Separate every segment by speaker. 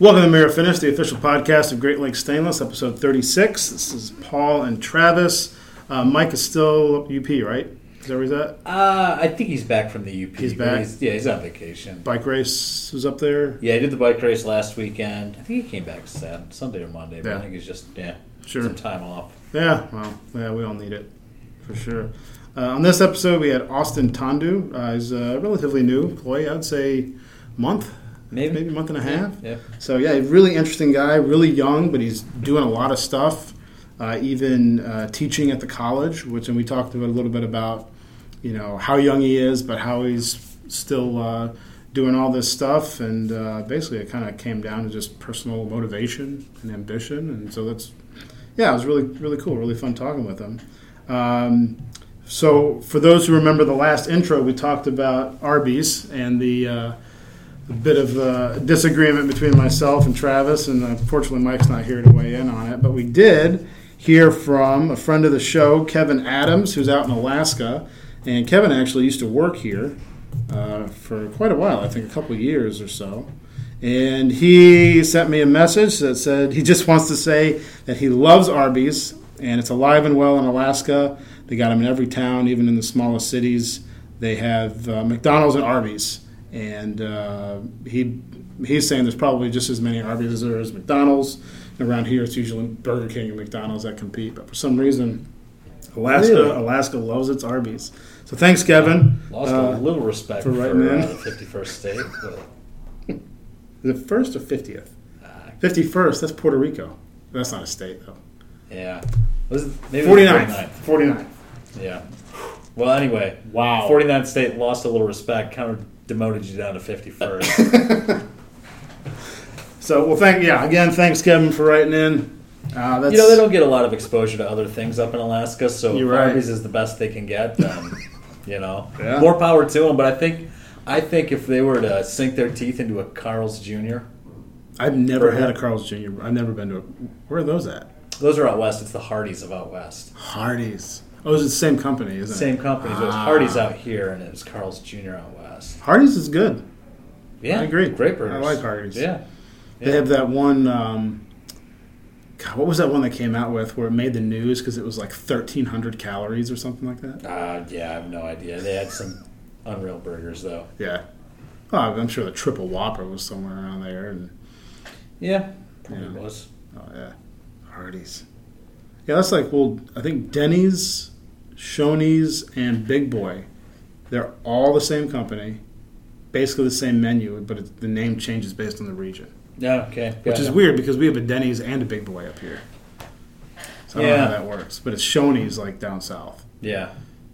Speaker 1: Welcome to Mirror Finish, the official podcast of Great Lakes Stainless, episode 36. This is Paul and Travis. Uh, Mike is still UP, right? Is that where he's at?
Speaker 2: Uh, I think he's back from the UP.
Speaker 1: He's back?
Speaker 2: yeah, he's on vacation.
Speaker 1: Bike race was up there.
Speaker 2: Yeah, he did the bike race last weekend. I think he came back Sat Sunday or Monday. But
Speaker 1: Yeah.
Speaker 2: I think he's just yeah,
Speaker 1: Sure.
Speaker 2: some time off.
Speaker 1: Yeah, well, yeah, we all need it for sure. Uh, on this episode, we had Austin Tondu. Uh, he's a relatively new employee, I would say month,
Speaker 2: Maybe.
Speaker 1: maybe month and a half.
Speaker 2: Yeah.
Speaker 1: So yeah, a really interesting guy, really young, but he's doing a lot of stuff. Uh, even uh, teaching at the college, which and we talked about a little bit about, you know, how young he is, but how he's still uh, doing all this stuff. And uh, basically, it kind of came down to just personal motivation and ambition. And so that's, yeah, it was really really cool, really fun talking with him. Um, so for those who remember the last intro, we talked about Arby's and the. Uh, a bit of a disagreement between myself and Travis, and unfortunately, Mike's not here to weigh in on it. But we did hear from a friend of the show, Kevin Adams, who's out in Alaska, and Kevin actually used to work here uh, for quite a while, I think a couple of years or so. And he sent me a message that said he just wants to say that he loves Arby's and it's alive and well in Alaska. They got them in every town, even in the smallest cities. They have uh, McDonald's and Arby's, and uh, he he's saying there's probably just as many Arby's as there is McDonald's. Around here, it's usually Burger King and McDonald's that compete, but for some reason, Alaska
Speaker 2: Really?
Speaker 1: Alaska loves its Arby's. So thanks, Kevin.
Speaker 2: Lost
Speaker 1: Uh,
Speaker 2: a little respect
Speaker 1: for
Speaker 2: for,
Speaker 1: right
Speaker 2: uh,
Speaker 1: man.
Speaker 2: the 51st state. But,
Speaker 1: The first or fiftieth?
Speaker 2: uh,
Speaker 1: Fifty first. That's Puerto Rico. That's not a state though.
Speaker 2: yeah, was it, maybe it was
Speaker 1: 49th.
Speaker 2: 49th.
Speaker 1: 49th.
Speaker 2: Yeah. Well, anyway,
Speaker 1: Wow.
Speaker 2: 49th state lost a little respect. Kind of demoted you down to 51st.
Speaker 1: So well, thank yeah again. Thanks, Kevin, for writing in. Uh, that's
Speaker 2: you know, they don't get a lot of exposure to other things up in Alaska, so if
Speaker 1: You're right.
Speaker 2: Arby's is the best they can get. Then, you know,
Speaker 1: Yeah.
Speaker 2: more power to them. But I think, I think if they were to sink their teeth into a Carl's Jr.,
Speaker 1: I've never had a Carl's Jr. I've never been to. A, where are those at?
Speaker 2: those are out west. It's the Hardee's of out west.
Speaker 1: Hardee's. Oh, it's the same company, isn't it?
Speaker 2: Same company, so it's
Speaker 1: Ah.
Speaker 2: Hardee's out here, and it was Carl's Jr. out west.
Speaker 1: Hardee's is good.
Speaker 2: Yeah,
Speaker 1: I agree. I
Speaker 2: Great burgers.
Speaker 1: like Hardee's.
Speaker 2: Yeah,
Speaker 1: They have that one. Um, God, what was that one they came out with where it made the news because it was like thirteen hundred calories or something like that?
Speaker 2: uh, yeah. I have no idea. They had some unreal burgers though.
Speaker 1: Yeah. Oh, I'm sure the triple whopper was somewhere around there, and
Speaker 2: Yeah, probably
Speaker 1: Yeah.
Speaker 2: was.
Speaker 1: Oh yeah, Hardee's. Yeah, that's like well, I think Denny's, Shoney's, and Big Boy, they're all the same company, basically the same menu, but it, the name changes based on the region,
Speaker 2: Yeah. Okay.
Speaker 1: which
Speaker 2: gotcha.
Speaker 1: is weird because we have a Denny's and a Big Boy up here. So I don't know how
Speaker 2: Yeah.
Speaker 1: that works, but it's Shoney's like down south,
Speaker 2: Yeah,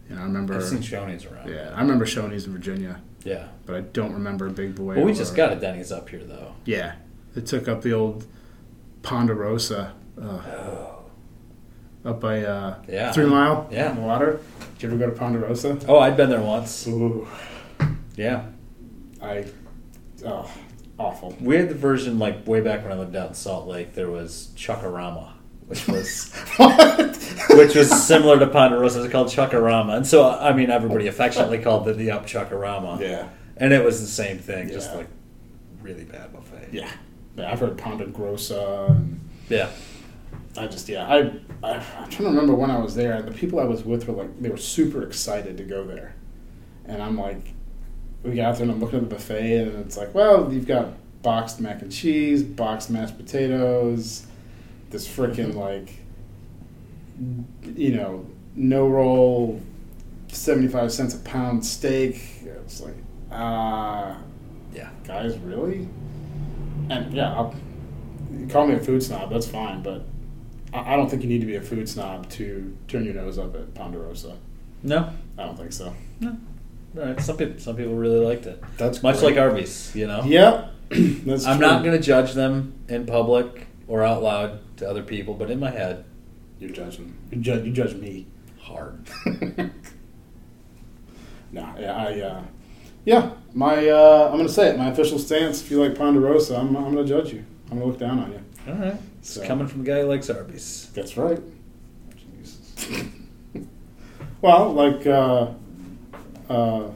Speaker 1: and I remember.
Speaker 2: I've seen Shoney's around.
Speaker 1: yeah, I remember Shoney's in Virginia,
Speaker 2: yeah.
Speaker 1: but I don't remember Big Boy.
Speaker 2: Well, we
Speaker 1: or-
Speaker 2: just got a Denny's up here though.
Speaker 1: Yeah, they took up the old Ponderosa uh, up by uh,
Speaker 2: Yeah.
Speaker 1: Three Mile.
Speaker 2: Yeah.
Speaker 1: in the water. Did you ever go to Ponderosa?
Speaker 2: Oh, I'd been there once.
Speaker 1: Ooh,
Speaker 2: Yeah.
Speaker 1: I oh awful.
Speaker 2: We had the version like way back when I lived out in Salt Lake. There was Chuckarama, which was which was similar to Ponderosa. It was called Chuckarama, and so I mean everybody affectionately called it the Up Chuckarama.
Speaker 1: yeah,
Speaker 2: And it was the same thing, just
Speaker 1: Yeah.
Speaker 2: like really bad buffet.
Speaker 1: yeah, yeah. I've heard Ponderosa. And
Speaker 2: Yeah.
Speaker 1: I just yeah, I, I I'm trying to remember when I was there. The people I was with were like they were super excited to go there, and I'm like, we got there and I'm looking at the buffet and it's like, well, you've got boxed mac and cheese, boxed mashed potatoes, this freaking like, you know, no roll, seventy five cents a pound steak. It's like, ah
Speaker 2: Yeah.
Speaker 1: guys, really? And yeah, I'll, you call me a food snob, that's fine, but I, I don't think you need to be a food snob to turn your nose up at Ponderosa.
Speaker 2: No.
Speaker 1: I don't think so.
Speaker 2: No. All right. Some people some people really liked it.
Speaker 1: That's
Speaker 2: Much
Speaker 1: great.
Speaker 2: like Arby's, you know.
Speaker 1: Yep, that's
Speaker 2: I'm
Speaker 1: true.
Speaker 2: not going to judge them in public or out loud to other people, but in my head,
Speaker 1: You're judging. You judge. You judge me.
Speaker 2: hard.
Speaker 1: Nah, yeah, I, uh, yeah. My, uh, I'm gonna say it. My official stance. If you like Ponderosa, I'm, I'm gonna judge you. I'm gonna look down on you.
Speaker 2: All right. It's
Speaker 1: So-
Speaker 2: coming from a guy who likes Arby's.
Speaker 1: That's right. Well, like, uh, uh,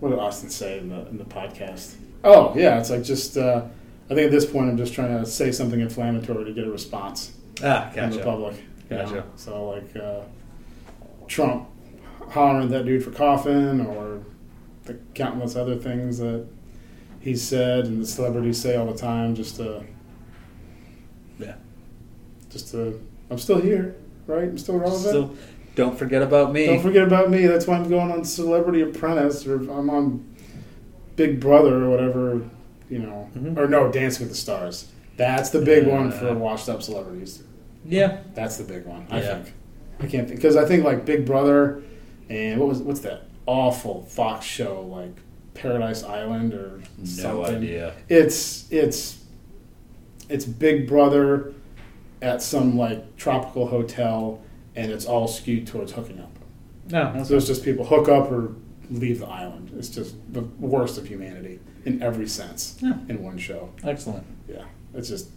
Speaker 1: what did Austin say in the in the podcast? Oh yeah, it's like just uh, I think at this point, I'm just trying to say something inflammatory to get a response
Speaker 2: Ah,
Speaker 1: from the
Speaker 2: gotcha.
Speaker 1: public. you
Speaker 2: Gotcha.
Speaker 1: know? So like uh, Trump hollering at that dude for coughing, or the countless other things that he said and the celebrities say all the time, just to
Speaker 2: Yeah.
Speaker 1: just to I'm still here, right? I'm still relevant.
Speaker 2: So, don't forget about me.
Speaker 1: Don't forget about me. That's why I'm going on Celebrity Apprentice, or I'm on Big Brother, or whatever. You know,
Speaker 2: Mhm.
Speaker 1: or no, Dancing with the Stars. That's the big one for
Speaker 2: Yeah.
Speaker 1: washed up celebrities.
Speaker 2: yeah.
Speaker 1: That's the big one. I
Speaker 2: Yeah.
Speaker 1: think. I can't think because I think like Big Brother, and what was what's that awful Fox show like Paradise Island or
Speaker 2: No
Speaker 1: something.
Speaker 2: idea.
Speaker 1: It's it's it's Big Brother at some like tropical hotel, and it's all skewed towards hooking up.
Speaker 2: No. That's
Speaker 1: So it's just people hook up or leave the island. It's just the worst of humanity in every sense
Speaker 2: Yeah.
Speaker 1: in one show.
Speaker 2: excellent.
Speaker 1: Yeah, it's just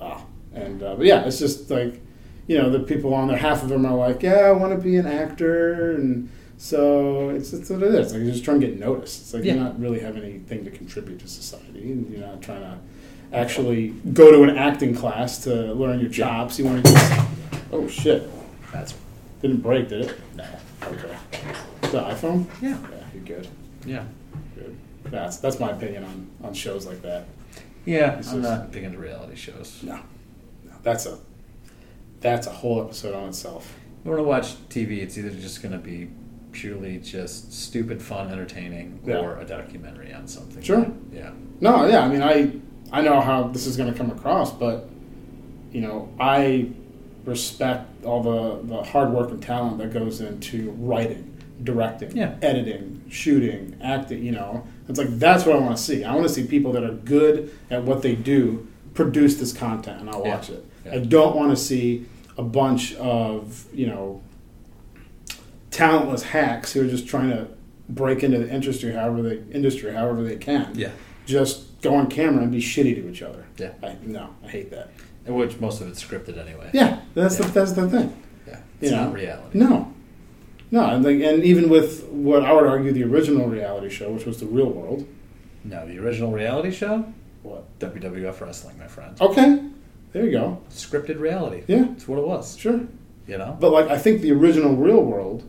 Speaker 1: ah, and uh, but yeah, it's just like you know the people on there. Half of them are like, yeah, I want to be an actor, and so it's it's what it is. Like you're just trying to get noticed. It's like
Speaker 2: Yeah.
Speaker 1: you're not really have anything to contribute to society, and you're not trying to actually go to an acting class to learn your chops. You want to just oh shit,
Speaker 2: That's
Speaker 1: didn't break, did it?
Speaker 2: no.
Speaker 1: Okay, the iPhone.
Speaker 2: Yeah.
Speaker 1: Yeah, you're good.
Speaker 2: Yeah.
Speaker 1: Good. That's that's my opinion on, on shows like that.
Speaker 2: Yeah.
Speaker 1: It's
Speaker 2: I'm
Speaker 1: just-
Speaker 2: not big into reality shows.
Speaker 1: No, no, that's a that's a whole episode on itself.
Speaker 2: When I watch TV, it's either just going to be purely just stupid, fun, entertaining,
Speaker 1: Yeah.
Speaker 2: or a documentary on something.
Speaker 1: Sure.
Speaker 2: Yeah.
Speaker 1: No, yeah, I mean, I I know how this is going to come across, but you know, I respect all the the hard work and talent that goes into writing, directing,
Speaker 2: Yeah.
Speaker 1: editing, shooting, acting. You know, it's like that's what I want to see. I want to see people that are good at what they do produce this content, and I'll
Speaker 2: Yeah.
Speaker 1: watch it.
Speaker 2: Yeah.
Speaker 1: I don't want to see a bunch of you know talentless hacks who are just trying to break into the industry however they industry however they can
Speaker 2: Yeah.
Speaker 1: just go on camera and be shitty to each other.
Speaker 2: Yeah.
Speaker 1: I, no, I hate that.
Speaker 2: Which most of it's scripted anyway.
Speaker 1: Yeah, that's
Speaker 2: Yeah.
Speaker 1: the that's the thing.
Speaker 2: Yeah. It's
Speaker 1: You know,
Speaker 2: not reality.
Speaker 1: No, no, and, like, and even with what I would argue the original reality show, which was the Real World.
Speaker 2: No, the original reality show,
Speaker 1: What?
Speaker 2: WWF wrestling, my friend.
Speaker 1: Okay, there you go.
Speaker 2: Oh. Scripted reality.
Speaker 1: Yeah.
Speaker 2: That's what it was.
Speaker 1: Sure,
Speaker 2: You know.
Speaker 1: but like I think the original Real World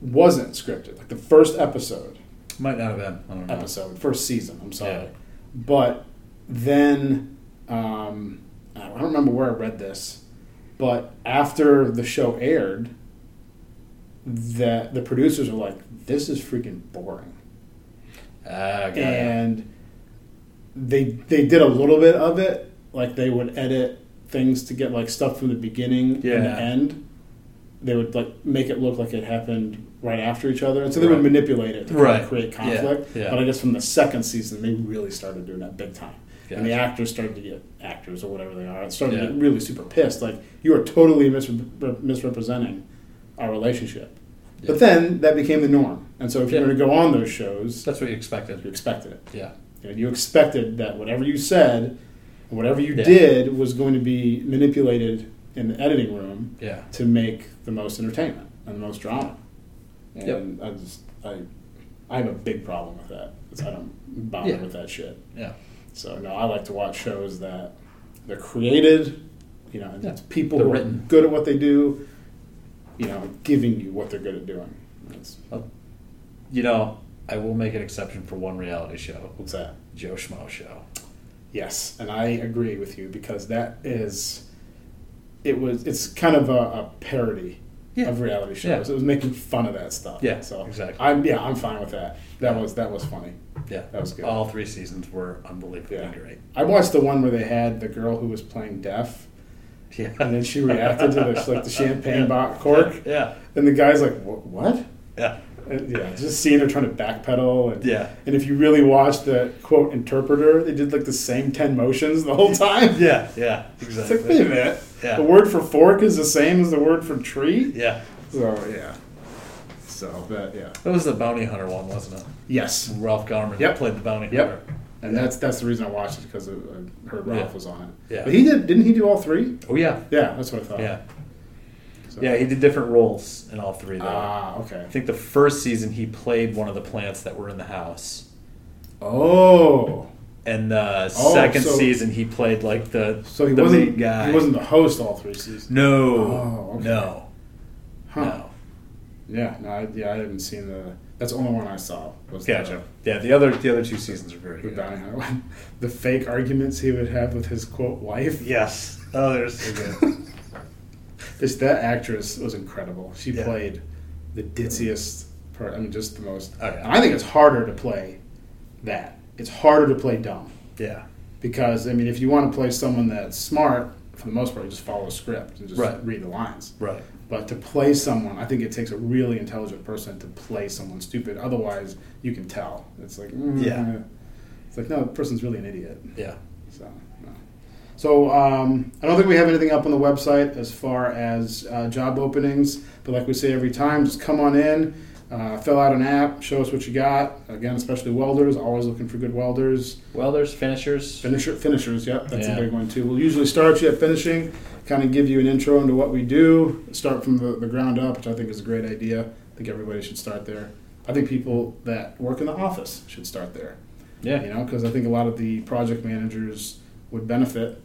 Speaker 1: wasn't scripted. Like the first episode,
Speaker 2: Might not have been. I don't know.
Speaker 1: episode, first season. I'm sorry,
Speaker 2: Mm-hmm. Yeah.
Speaker 1: but then um, I don't remember where I read this, but after the show aired, that the producers were like, "This is freaking boring,"
Speaker 2: Ah, got it.
Speaker 1: and they they did a little bit of it, like they would edit things to get like stuff from the beginning and
Speaker 2: Yeah.
Speaker 1: the end. They would like make it look like it happened right after each other, and so they
Speaker 2: Right.
Speaker 1: would manipulate it to kind of
Speaker 2: Right.
Speaker 1: create
Speaker 2: Yeah.
Speaker 1: conflict.
Speaker 2: Yeah.
Speaker 1: But I guess from the second season, they really started doing that big time. And the
Speaker 2: Gotcha.
Speaker 1: actors started to get actors or whatever they are started
Speaker 2: Yeah.
Speaker 1: to get really super pissed. Like you are totally misrep- misrepresenting our relationship.
Speaker 2: Yeah.
Speaker 1: But then that became the norm, and so if you're
Speaker 2: Yeah.
Speaker 1: going to go on those shows,
Speaker 2: That's what you
Speaker 1: you
Speaker 2: expected.
Speaker 1: expected it.
Speaker 2: Yeah.
Speaker 1: You, know, you expected that whatever you said, whatever you
Speaker 2: Yeah.
Speaker 1: did, was going to be manipulated in the editing room
Speaker 2: Yeah.
Speaker 1: to make the most entertainment and the most drama.
Speaker 2: Yep.
Speaker 1: And I just I I have a big problem with that. 'cause I don't bother
Speaker 2: Yeah.
Speaker 1: with that shit.
Speaker 2: Yeah.
Speaker 1: So no, I like to watch shows that they're created, you know, and
Speaker 2: Yeah.
Speaker 1: it's people
Speaker 2: They're
Speaker 1: who
Speaker 2: written.
Speaker 1: are good at what they do, you know, giving you what they're good at doing. That's,
Speaker 2: You know, I will make an exception for one reality show.
Speaker 1: what's that?
Speaker 2: Joe Schmo show.
Speaker 1: Yes, and I agree with you because that is, it was, it's kind of a, a parody
Speaker 2: Yeah.
Speaker 1: of reality
Speaker 2: Yeah.
Speaker 1: shows. It was making fun of that stuff.
Speaker 2: Yeah,
Speaker 1: so
Speaker 2: exactly.
Speaker 1: I'm yeah, I'm fine with that. That was that was funny.
Speaker 2: Yeah.
Speaker 1: That was good.
Speaker 2: All three seasons were unbelievably
Speaker 1: Yeah.
Speaker 2: great.
Speaker 1: I watched the one where they had the girl who was playing deaf,
Speaker 2: Yeah.
Speaker 1: and then she reacted to the, like the champagne bo- cork,
Speaker 2: Yeah.
Speaker 1: and the guy's like, "Wha- "What?"
Speaker 2: Yeah.
Speaker 1: And, yeah, just seeing her trying to backpedal, and
Speaker 2: Yeah.
Speaker 1: and if you really watch the quote interpreter, they did like the same ten motions the whole time.
Speaker 2: Yeah. Yeah.
Speaker 1: It's
Speaker 2: Exactly.
Speaker 1: like, wait a minute.
Speaker 2: Yeah.
Speaker 1: The word for fork is the same as the word for tree?
Speaker 2: Yeah.
Speaker 1: So, yeah. So, but, yeah.
Speaker 2: That was the bounty hunter one, wasn't it?
Speaker 1: Yes.
Speaker 2: Ralph Garman
Speaker 1: Yep.
Speaker 2: played the bounty hunter.
Speaker 1: Yep. And that's that's the reason I watched it because I heard Ralph
Speaker 2: Yeah.
Speaker 1: was on it.
Speaker 2: Yeah.
Speaker 1: But he did, didn't he do all three?
Speaker 2: Oh yeah.
Speaker 1: Yeah, that's what I thought.
Speaker 2: Yeah.
Speaker 1: So-
Speaker 2: Yeah. He did different roles in all three. Though.
Speaker 1: Ah,
Speaker 2: I
Speaker 1: okay.
Speaker 2: think the first season he played one of the plants that were in the house.
Speaker 1: Oh.
Speaker 2: and the
Speaker 1: Oh,
Speaker 2: second
Speaker 1: so-
Speaker 2: season he played like the
Speaker 1: So he
Speaker 2: the
Speaker 1: wasn't
Speaker 2: main guy.
Speaker 1: he wasn't the host all three seasons.
Speaker 2: No,
Speaker 1: Oh, okay.
Speaker 2: no,
Speaker 1: Huh.
Speaker 2: no.
Speaker 1: Yeah, no, I, yeah, I haven't seen the. That's the only one I saw. Was
Speaker 2: Gotcha. Yeah, the other the other two seasons are very
Speaker 1: The, with
Speaker 2: good.
Speaker 1: Donny Hathaway. the fake arguments he would have with his quote wife.
Speaker 2: Yes. Oh, they're so good.
Speaker 1: This that actress was incredible. She
Speaker 2: Yeah.
Speaker 1: played the ditziest. Per, I mean, just the most.
Speaker 2: Oh, yeah.
Speaker 1: And I think it's harder to play that. It's harder to play dumb
Speaker 2: yeah.
Speaker 1: because I mean, if you want to play someone that's smart, for the most part, you just follow a script and just
Speaker 2: Right.
Speaker 1: read the lines.
Speaker 2: Right.
Speaker 1: But to play someone, I think it takes a really intelligent person to play someone stupid. Otherwise, you can tell. It's like, mm,
Speaker 2: Yeah.
Speaker 1: It's like, no, the person's really an idiot.
Speaker 2: Yeah.
Speaker 1: So, no. so um, I don't think we have anything up on the website as far as uh, job openings. But like we say every time, just come on in, uh, fill out an app, show us what you got. Again, especially welders, always looking for good welders.
Speaker 2: Welders, finishers.
Speaker 1: Finisher, finishers, yep, that's
Speaker 2: Yeah.
Speaker 1: a big one too. We'll usually start you at finishing, kind of give you an intro into what we do, start from the, the ground up, which I think is a great idea. I think everybody should start there. I think people that work in the office should start there, you
Speaker 2: yeah.
Speaker 1: know, because I think a lot of the project managers would benefit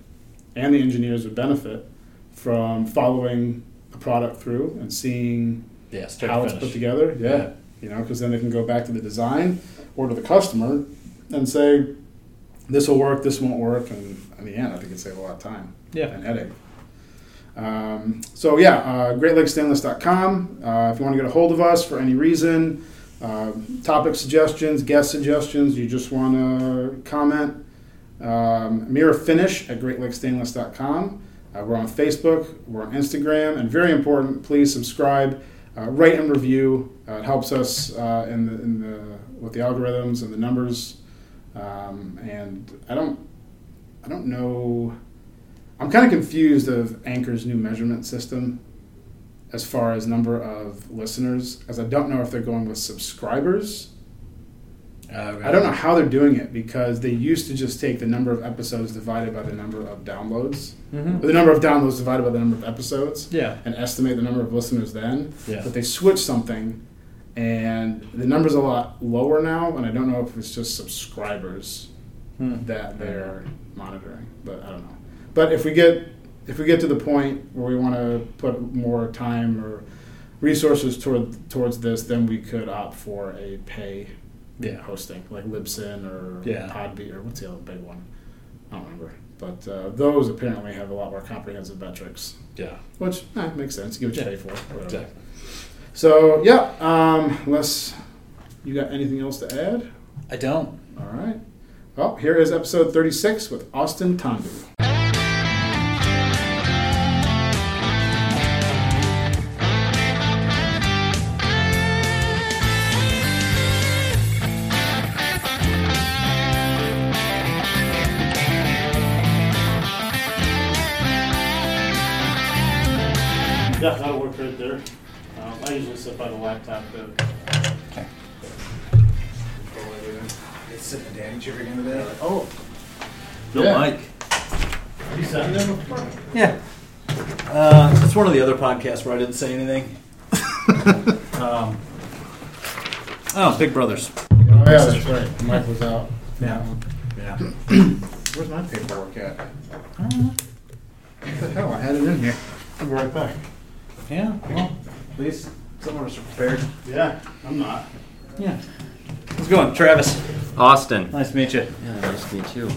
Speaker 1: and the engineers would benefit from following the product through and seeing
Speaker 2: Yeah. Start
Speaker 1: how
Speaker 2: to
Speaker 1: it's put
Speaker 2: finish.
Speaker 1: together. Yeah.
Speaker 2: Yeah.
Speaker 1: You know, because then they can go back to the design or to the customer and say, this will work, this won't work. And in the end, I think it saves a lot of time
Speaker 2: Yeah.
Speaker 1: and headache. Um, so, yeah, uh, greatlakesstainless.com. Uh, if you want to get a hold of us for any reason, uh, topic suggestions, guest suggestions, you just want to comment, um, mirrorfinish at greatlakesstainless.com. Uh, we're on Facebook, we're on Instagram, and very important, please subscribe, uh, rate and review. Uh, it helps us uh, in the, in the, with the algorithms and the numbers. Um, and I don't, I don't know. I'm kind of confused of Anchor's new measurement system as far as number of listeners, as I don't know if they're going with subscribers.
Speaker 2: Okay.
Speaker 1: I don't know how they're doing it because they used to just take the number of episodes divided by the number of downloads,
Speaker 2: Mhm.
Speaker 1: or the number of downloads divided by the number of episodes,
Speaker 2: Yeah.
Speaker 1: and estimate the number of listeners then.
Speaker 2: Yeah.
Speaker 1: But they switched something, and the number's a lot lower now, and I don't know if it's just subscribers
Speaker 2: Hmm.
Speaker 1: that they're monitoring, but I don't know. But if we get if we get to the point where we want to put more time or resources toward towards this, then we could opt for a pay
Speaker 2: Yeah.
Speaker 1: hosting, like Libsyn or
Speaker 2: Yeah.
Speaker 1: Podbean or what's the other big one? I don't remember. But uh, those apparently have a lot more comprehensive metrics,
Speaker 2: Yeah.
Speaker 1: which eh, makes sense. You get what you
Speaker 2: Yeah.
Speaker 1: pay for. whatever.
Speaker 2: Exactly.
Speaker 1: So, yeah, um, unless you got anything else to add?
Speaker 2: I don't.
Speaker 1: All right. Well, here is episode 36 with Austin Tondu.
Speaker 3: Yeah, that'll work right there. Um, I usually sit by the laptop to control everything.
Speaker 4: It's sitting at Danny Chipping in the day.
Speaker 1: Oh,
Speaker 2: No
Speaker 1: Yeah.
Speaker 2: mic.
Speaker 3: Have you sat in there before?
Speaker 4: Yeah. Uh, it's one of the other podcasts where I didn't say anything. um, oh, Big Brothers.
Speaker 1: yeah, that's right. The mic was out. Um,
Speaker 4: Yeah. Yeah.
Speaker 1: Where's my paperwork at? What
Speaker 4: Uh-huh.
Speaker 1: the hell? I had it in here. I'll be right back.
Speaker 4: Yeah. Well, at least someone was prepared.
Speaker 1: Yeah, I'm not.
Speaker 4: Yeah. How's it going, Travis?
Speaker 5: Austin.
Speaker 4: Nice to meet you.
Speaker 5: Yeah, nice to meet you.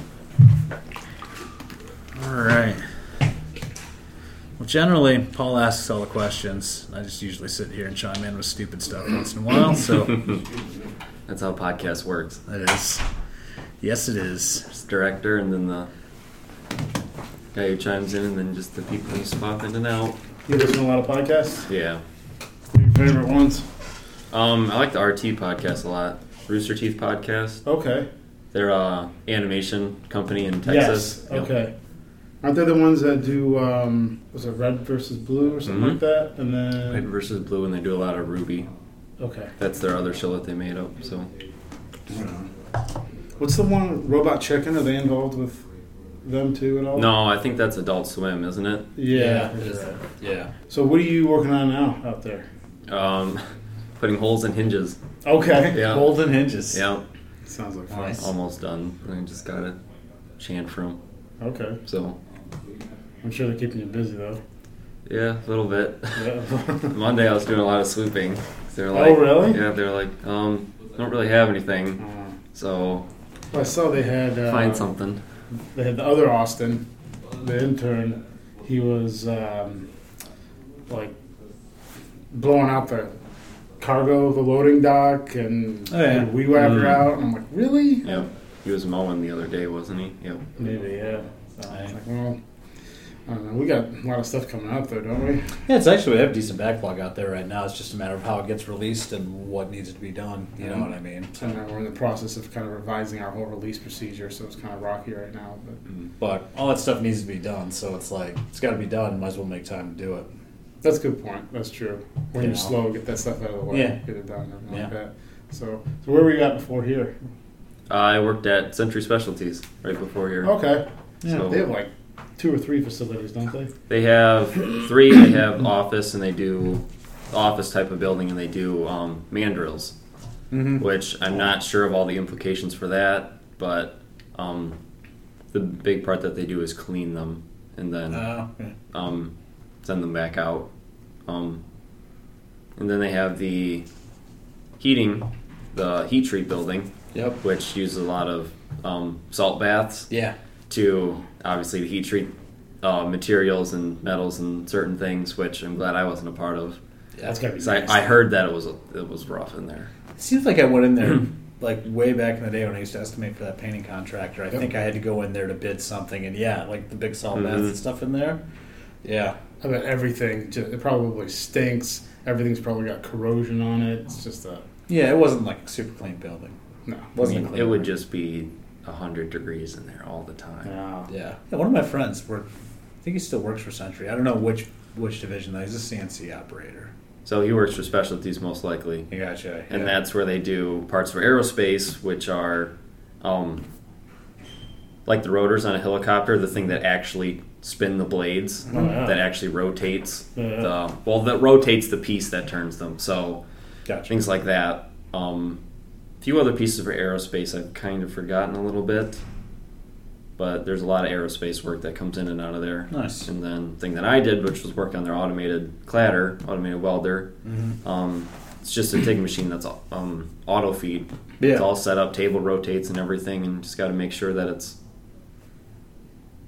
Speaker 4: All right. Well, generally, Paul asks all the questions. I just usually sit here and chime in with stupid stuff once in a while. So
Speaker 5: That's how podcast works.
Speaker 4: it is. Yes, it is.
Speaker 5: Just director and then the guy who chimes in and then just the people who swap in and out.
Speaker 1: You listen to a lot of podcasts?
Speaker 5: Yeah.
Speaker 1: Your favorite ones?
Speaker 5: Um, I like the RT podcast a lot. Rooster Teeth podcast.
Speaker 1: Okay.
Speaker 5: They're a animation company in Texas.
Speaker 1: Yes.
Speaker 5: Yep.
Speaker 1: Okay. Aren't they the ones that do um, was it red versus blue or something
Speaker 5: Mhm.
Speaker 1: like that? And
Speaker 5: Red
Speaker 1: then
Speaker 5: versus Blue, and they do a lot of Ruby.
Speaker 1: okay,
Speaker 5: That's their other show that they made up. So
Speaker 1: what's the one Robot Chicken? Are they involved with them too at all?
Speaker 5: no, I think that's Adult Swim, isn't it?
Speaker 1: Yeah.
Speaker 2: it is. Yeah.
Speaker 1: So what are you working on now out there?
Speaker 5: Um, putting holes in hinges.
Speaker 1: Okay.
Speaker 5: Yeah.
Speaker 2: Golden hinges.
Speaker 5: Yeah.
Speaker 1: Sounds like fun.
Speaker 2: Nice.
Speaker 5: almost done, and I just got a chant from.
Speaker 3: Okay.
Speaker 5: So
Speaker 3: I'm sure they're keeping you busy though.
Speaker 5: yeah, a little bit.
Speaker 3: Yeah.
Speaker 5: Monday I was doing a lot of swooping. They're
Speaker 3: Oh,
Speaker 5: like,
Speaker 3: really?
Speaker 5: Yeah, they're like, um, don't really have anything,
Speaker 3: Uh,
Speaker 5: so
Speaker 1: Well, I saw they had uh,
Speaker 5: find something.
Speaker 1: They had the other Austin, the intern. He was um, like blowing out the cargo, the loading dock, and
Speaker 4: Oh, yeah.
Speaker 1: had weed whacker
Speaker 2: Mm-hmm.
Speaker 5: Mm.
Speaker 1: out. And I'm like, really?
Speaker 5: Yep. He was mowing the other day, wasn't he? Yep.
Speaker 1: Maybe, yeah. So I was like, well, I don't know. We got a lot of stuff coming up, though, don't we?
Speaker 2: Yeah, it's actually we have a decent backlog out there right now. It's just a matter of how it gets released and what needs to be done. You know what I mean?
Speaker 1: So now we're in the process of kind of revising our whole release procedure, so it's kind of rocky right now. But
Speaker 2: Mm. But all that stuff needs to be done, so it's like it's got to be done. Might as well make time to do it.
Speaker 1: That's a good point. That's true. When
Speaker 2: Yeah.
Speaker 1: you're slow, get that stuff out of the way.
Speaker 2: Yeah.
Speaker 1: Get it done. Everything like
Speaker 2: Yeah.
Speaker 1: that. So, so where were you at before here?
Speaker 5: I worked at Century Specialties right before here.
Speaker 3: Oh.
Speaker 1: Okay.
Speaker 5: Yeah.
Speaker 1: They have like two or three facilities, don't they?
Speaker 5: They have three. They have office, and they do office type of building, and they do um, mandrills,
Speaker 3: Mm-hmm.
Speaker 4: Mhm.
Speaker 5: which I'm not sure of all the implications for that, but um, the big part that they do is clean them and then
Speaker 2: Uh,
Speaker 5: um, send them back out. Um, and then they have the heating, the heat treat building,
Speaker 2: Yep.
Speaker 5: which uses a lot of um, salt baths
Speaker 2: Yeah.
Speaker 5: to obviously the heat treat uh, materials and metals and certain things, which I'm glad I wasn't a part of.
Speaker 1: That's gotta be.
Speaker 5: 'Cause I, I heard that it was it was rough in there.
Speaker 2: It seems like I went in there
Speaker 5: Hmm.
Speaker 2: like way back in the day when I used to estimate for that painting contractor. I
Speaker 1: Yep.
Speaker 2: think I had to go in there to bid something, and yeah, like the big salt baths
Speaker 5: Mhm.
Speaker 2: and stuff in there. Yeah.
Speaker 1: I bet everything. ju- It probably stinks. Everything's probably got corrosion on it. It's just a
Speaker 2: Yeah, it wasn't like a super clean building.
Speaker 1: no.
Speaker 5: I
Speaker 2: Wasn't
Speaker 5: mean, it would just be hundred degrees in there all the time.
Speaker 1: No.
Speaker 2: Yeah. yeah. One of my friends worked. I think he still works for Century. I don't know which which division though. He's a CNC operator.
Speaker 5: So he works for specialties most likely,
Speaker 2: You gotcha.
Speaker 5: and
Speaker 2: yeah.
Speaker 5: that's where they do parts for aerospace, which are um, like the rotors on a helicopter, the thing that actually spin the blades.
Speaker 3: Oh,
Speaker 1: Ah.
Speaker 3: yeah.
Speaker 5: that actually rotates
Speaker 3: Yeah.
Speaker 5: the well that rotates the piece that turns them so
Speaker 2: gotcha.
Speaker 5: things like that um a few other pieces for aerospace i've kind of forgotten a little bit but there's a lot of aerospace work that comes in and out of there
Speaker 2: Nice.
Speaker 5: and then thing that i did which was work on their automated clatter automated welder
Speaker 2: Mm-hmm.
Speaker 5: um it's just a TIG machine that's um, auto feed.
Speaker 2: Yeah.
Speaker 5: It's all set up, table rotates and everything, and just got to make sure that it's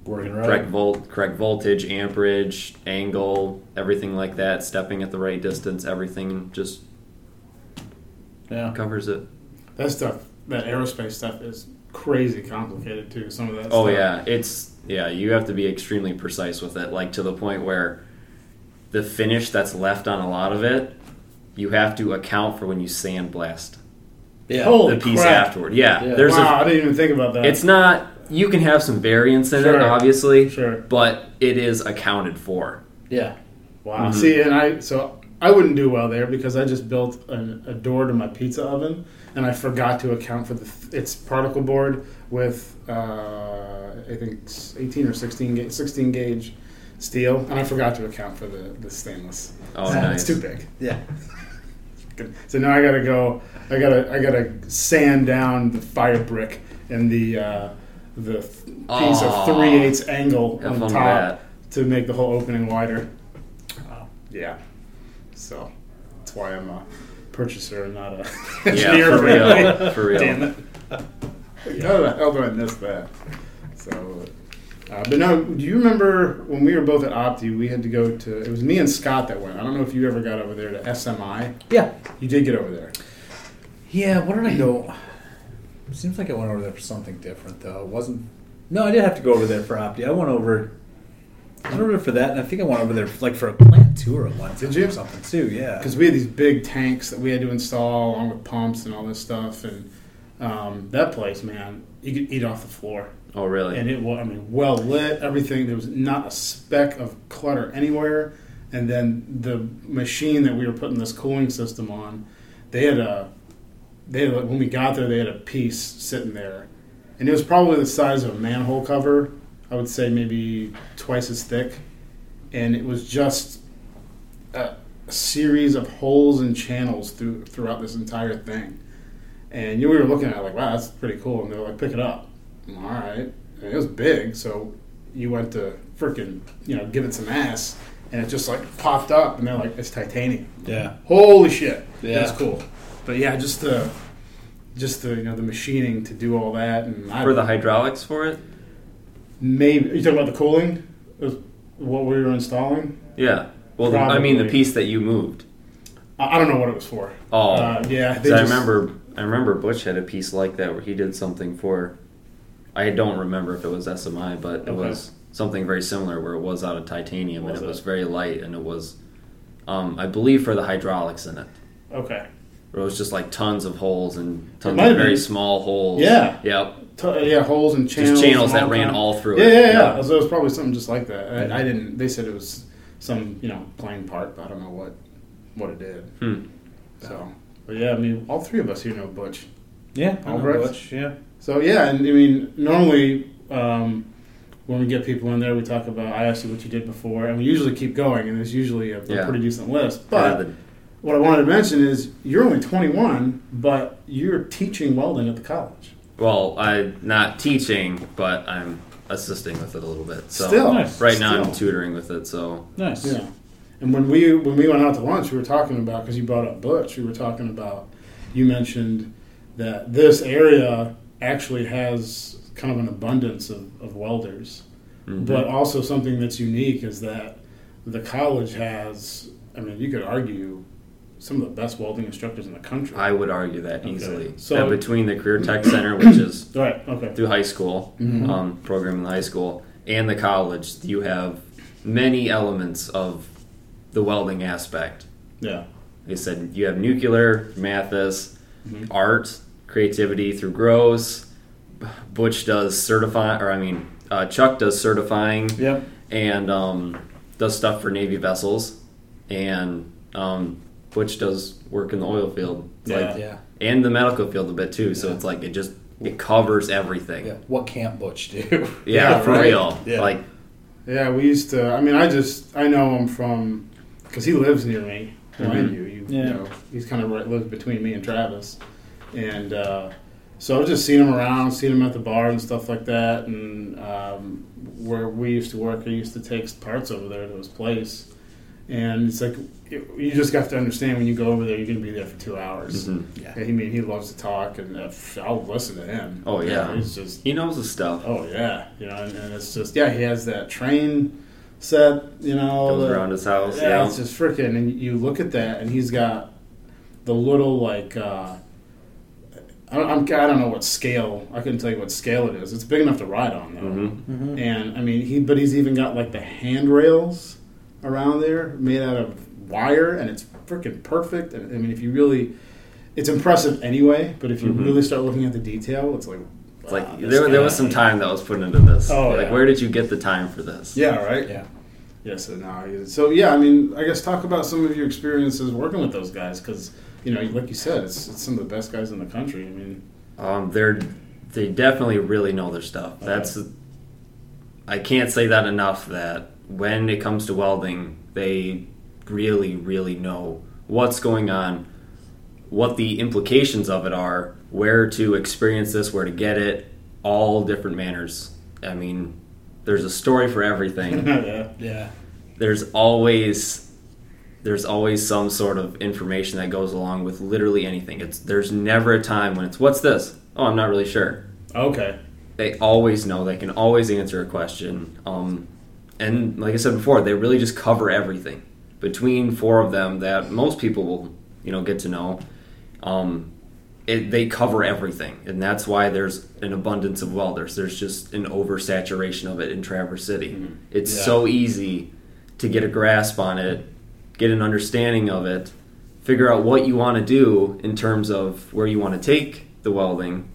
Speaker 2: Working right.
Speaker 5: correct volt, correct voltage, amperage, angle, everything like that. Stepping at the right distance, everything just
Speaker 2: Yeah.
Speaker 5: covers it.
Speaker 1: That stuff, that aerospace stuff, is crazy complicated too. Some of that.
Speaker 5: Oh
Speaker 1: stuff.
Speaker 5: yeah, it's yeah. You have to be extremely precise with it, like to the point where the finish that's left on a lot of it, you have to account for when you sandblast
Speaker 2: Yeah.
Speaker 1: Holy
Speaker 5: the piece
Speaker 1: Oh, crap.
Speaker 5: afterward. Yeah,
Speaker 2: Yeah.
Speaker 5: there's
Speaker 1: wow, I I didn't even think about
Speaker 5: a.
Speaker 1: that.
Speaker 5: It's not. You can have some variance in it,
Speaker 1: Sure.
Speaker 5: obviously,
Speaker 1: sure.
Speaker 5: but it is accounted for.
Speaker 2: Yeah.
Speaker 1: Wow.
Speaker 5: Mhm.
Speaker 1: See, and I so I wouldn't do well there because I just built an, a door to my pizza oven, and I forgot to account for the th- its particle board with uh, I think s- eighteen or sixteen ga- sixteen gauge steel, and I forgot to account for the, the stainless.
Speaker 5: Oh,
Speaker 1: So
Speaker 5: nice.
Speaker 1: It's too big.
Speaker 2: Yeah.
Speaker 1: So now I gotta go. I gotta I gotta sand down the fire brick and the uh, the th- piece
Speaker 5: Aw.
Speaker 1: of three eighths angle
Speaker 5: Have
Speaker 1: on
Speaker 5: fun
Speaker 1: top
Speaker 5: with that.
Speaker 1: to make the whole opening wider. Uh,
Speaker 2: Wow.
Speaker 1: Yeah. So that's why I'm a purchaser and not a engineer.
Speaker 5: Yeah, for real, for real.
Speaker 1: Damn it. How the hell did I miss that? So, uh, but no, do you remember when we were both at Opti, we had to go to, it was me and Scott that went. I don't know if you ever got over there to SMI.
Speaker 2: Yeah.
Speaker 1: You did get over there.
Speaker 2: Yeah, what did I go? Seems like I went over there for something different though. It wasn't. No, I did have to go over there for Opti. I went over. I went over there for that, and I think I went over there like for a plant tour at one time
Speaker 1: Did you?
Speaker 2: or something too. Yeah.
Speaker 1: Because we had these big tanks that we had to install along with pumps and all this stuff. And um, that place, man, you could eat off the floor.
Speaker 5: Oh, really?
Speaker 1: and it was I mean well lit everything there was not a speck of clutter anywhere and then the machine that we were putting this cooling system on they had a they had, when we got there they had a piece sitting there and it was probably the size of a manhole cover I would say maybe twice as thick and it was just a series of holes and channels through, throughout this entire thing And you know, we were looking at it like, wow, that's pretty cool. And they were like, pick it up. I'm, All right. And it was big, so you went to freaking, you know, give it some ass, and it just like popped up, and they're like, it's titanium.
Speaker 4: Yeah.
Speaker 1: Holy shit,
Speaker 4: Yeah.
Speaker 1: that's cool. But yeah, just the, just the you know the machining to do all that, and I,
Speaker 5: For the hydraulics for it?
Speaker 1: maybe you talking about the cooling, It was what we were installing.
Speaker 5: Yeah. Well, the- I mean the
Speaker 1: Probably.
Speaker 5: piece that you moved.
Speaker 1: I, I don't know what it was for.
Speaker 5: Oh.
Speaker 1: Uh, yeah, they
Speaker 5: So I
Speaker 1: just-
Speaker 5: remember, I remember Butch had a piece like that where he did something for. I don't remember if it was SMI, but it
Speaker 3: Okay.
Speaker 5: was something very similar where it was out of titanium
Speaker 3: Was
Speaker 5: and it
Speaker 3: it?
Speaker 5: was very light and it was, um, I believe, for the hydraulics in it.
Speaker 3: Okay.
Speaker 5: Where it was just like tons of holes and
Speaker 1: It
Speaker 5: tons
Speaker 1: might
Speaker 5: of
Speaker 1: have
Speaker 5: very
Speaker 1: been.
Speaker 5: small holes.
Speaker 1: Yeah.
Speaker 5: Yep.
Speaker 1: T- yeah, holes and channels.
Speaker 5: just channels
Speaker 1: and
Speaker 5: that ran
Speaker 1: kind-
Speaker 5: all through
Speaker 1: Yeah,
Speaker 5: it.
Speaker 1: yeah, yeah. So it was probably something just like
Speaker 5: Mm-hmm.
Speaker 1: that. I, I didn't. They said it was some you know playing part, but I don't know what what it did.
Speaker 5: Hmm.
Speaker 1: So, but yeah, I mean, all three of us here know Butch.
Speaker 4: Yeah. I know
Speaker 1: Albrecht?
Speaker 4: Butch, Yeah.
Speaker 1: So yeah, and I mean, normally um, when we get people in there, we talk about I asked you what you did before, and we usually keep going, and there's usually a, a
Speaker 5: Yeah.
Speaker 1: pretty decent list.
Speaker 5: I
Speaker 1: But
Speaker 5: had the-
Speaker 1: what I wanted to mention is you're only 21, but you're teaching welding at the college.
Speaker 5: well, I not teaching, but I'm assisting with it a little bit. So
Speaker 1: Still,
Speaker 4: nice.
Speaker 5: right now I'm
Speaker 1: still.
Speaker 5: tutoring with it. So
Speaker 4: Nice.
Speaker 1: Yeah. And when we when we went out to lunch, we were talking about because you brought up Butch. We were talking about you mentioned that this area actually has kind of an abundance of, of welders, but also something that's unique is that the college has. I mean, you could argue some of the best welding instructors in the country.
Speaker 5: I would argue that
Speaker 1: Okay.
Speaker 5: easily.
Speaker 1: So-
Speaker 5: that between the Career Tech Center, which is
Speaker 1: right. Okay.
Speaker 5: through high school,
Speaker 1: Mm-hmm.
Speaker 5: um, program in high school, and the college, you have many elements of the welding aspect.
Speaker 1: Yeah.
Speaker 5: They said you have nuclear, Mathis,
Speaker 1: Mm-hmm.
Speaker 5: art, creativity through Gross. Butch does certify, or I mean, uh, Chuck does certifying
Speaker 4: Yep.
Speaker 5: and um, does stuff for Navy vessels, and um, Butch does work in the oil field, It's like,
Speaker 4: Yeah.
Speaker 5: and the medical field a bit too. So it's like it just it covers everything.
Speaker 2: Yeah.
Speaker 5: Yeah,
Speaker 2: What can't Butch do?
Speaker 5: for
Speaker 1: right.
Speaker 5: real.
Speaker 2: Yeah.
Speaker 5: Like
Speaker 1: Yeah, we used to. I mean, I just I know him from because he lives near me. Well, and you, you,
Speaker 4: Yeah.
Speaker 1: you know, he's kind of right, lives between me and Travis, and uh, so I've just seen him around, seen him at the bar and stuff like that, and um, where we used to work, I used to take parts over there to his place, and it's like you you just have to understand when you go over there, you're going to be there for two hours.
Speaker 5: mhm.
Speaker 1: Yeah, I mean, he loves to talk, and uh, I'll listen to him.
Speaker 5: Oh, yeah.
Speaker 1: he's just
Speaker 5: he knows his stuff.
Speaker 1: Oh yeah, you know, and, and it's just yeah, he has that train set, you know,
Speaker 5: Goes
Speaker 1: the-
Speaker 5: around his house.
Speaker 1: yeah,
Speaker 5: Yeah,
Speaker 1: it's just freaking. And you look at that, and he's got the little like uh, I don't, I'm, I don't know what scale. I couldn't tell you what scale it is. It's big enough to ride on though,
Speaker 5: Mhm.
Speaker 1: and I mean he, but he's even got like the handrails around there made out of wire, and it's freaking perfect. And I mean, if you really, it's impressive anyway. But if you really start looking at the detail, it's like.
Speaker 5: Mm-hmm. It's like
Speaker 1: wow, this
Speaker 5: there, there
Speaker 1: guy-
Speaker 5: was some time that was put into this.
Speaker 1: Oh,
Speaker 5: like
Speaker 1: yeah.
Speaker 5: where did you get the time for this?
Speaker 1: Yeah, right?
Speaker 2: Yeah.
Speaker 1: Yeah, so now, so yeah, I mean, I guess talk about some of your experiences working with those guys because, you know, like you said, it's, it's some of the best guys in the country. I mean,
Speaker 5: Um, they're they definitely really know their stuff. That's I can't say that enough. That when it comes to welding, they really really know what's going on, what the implications of it are, where to experience this, where to get it, all different manners. I mean, there's a story for everything.
Speaker 1: yeah.
Speaker 4: Yeah.
Speaker 5: there's always there's always some sort of information that goes along with literally anything. It's there's never a time when it's what's this? Oh, I'm not really sure.
Speaker 1: Okay.
Speaker 5: They always know. They can always answer a question. Um, and like I said before, they really just cover everything between four of them that most people will you know get to know. Um, it, they cover everything, and that's why there's an abundance of welders. There's just an oversaturation of it in Traverse City. It's
Speaker 4: Yeah.
Speaker 5: so easy to get a grasp on it, get an understanding of it, figure out what you want to do in terms of where you want to take the welding,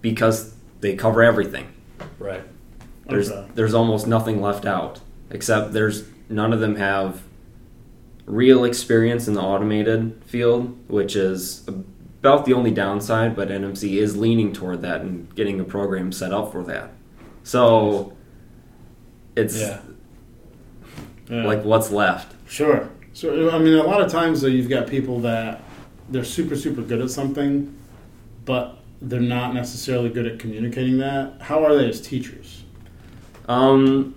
Speaker 5: because they cover everything.
Speaker 4: Right.
Speaker 5: There's
Speaker 1: Okay.
Speaker 5: there's almost nothing left out except there's none of them have real experience in the automated field, which is about the only downside. But NMC is leaning toward that and getting a program set up for that. So it's
Speaker 4: Yeah.
Speaker 1: Yeah.
Speaker 5: like what's left.
Speaker 1: Sure. So I mean, a lot of times though, you've got people that they're super, super good at something, but they're not necessarily good at communicating that. How are they as teachers?
Speaker 5: Um,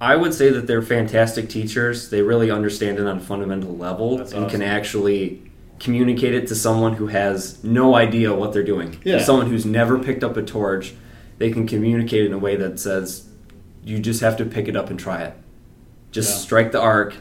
Speaker 5: I would say that they're fantastic teachers. They really understand it on a fundamental level
Speaker 2: That's
Speaker 5: and
Speaker 2: awesome.
Speaker 5: can actually communicate it to someone who has no idea what they're doing.
Speaker 1: Yeah.
Speaker 5: Someone who's never picked up a torch, they can communicate in a way that says, you just have to pick it up and try it. Just
Speaker 2: Yeah.
Speaker 5: strike the arc,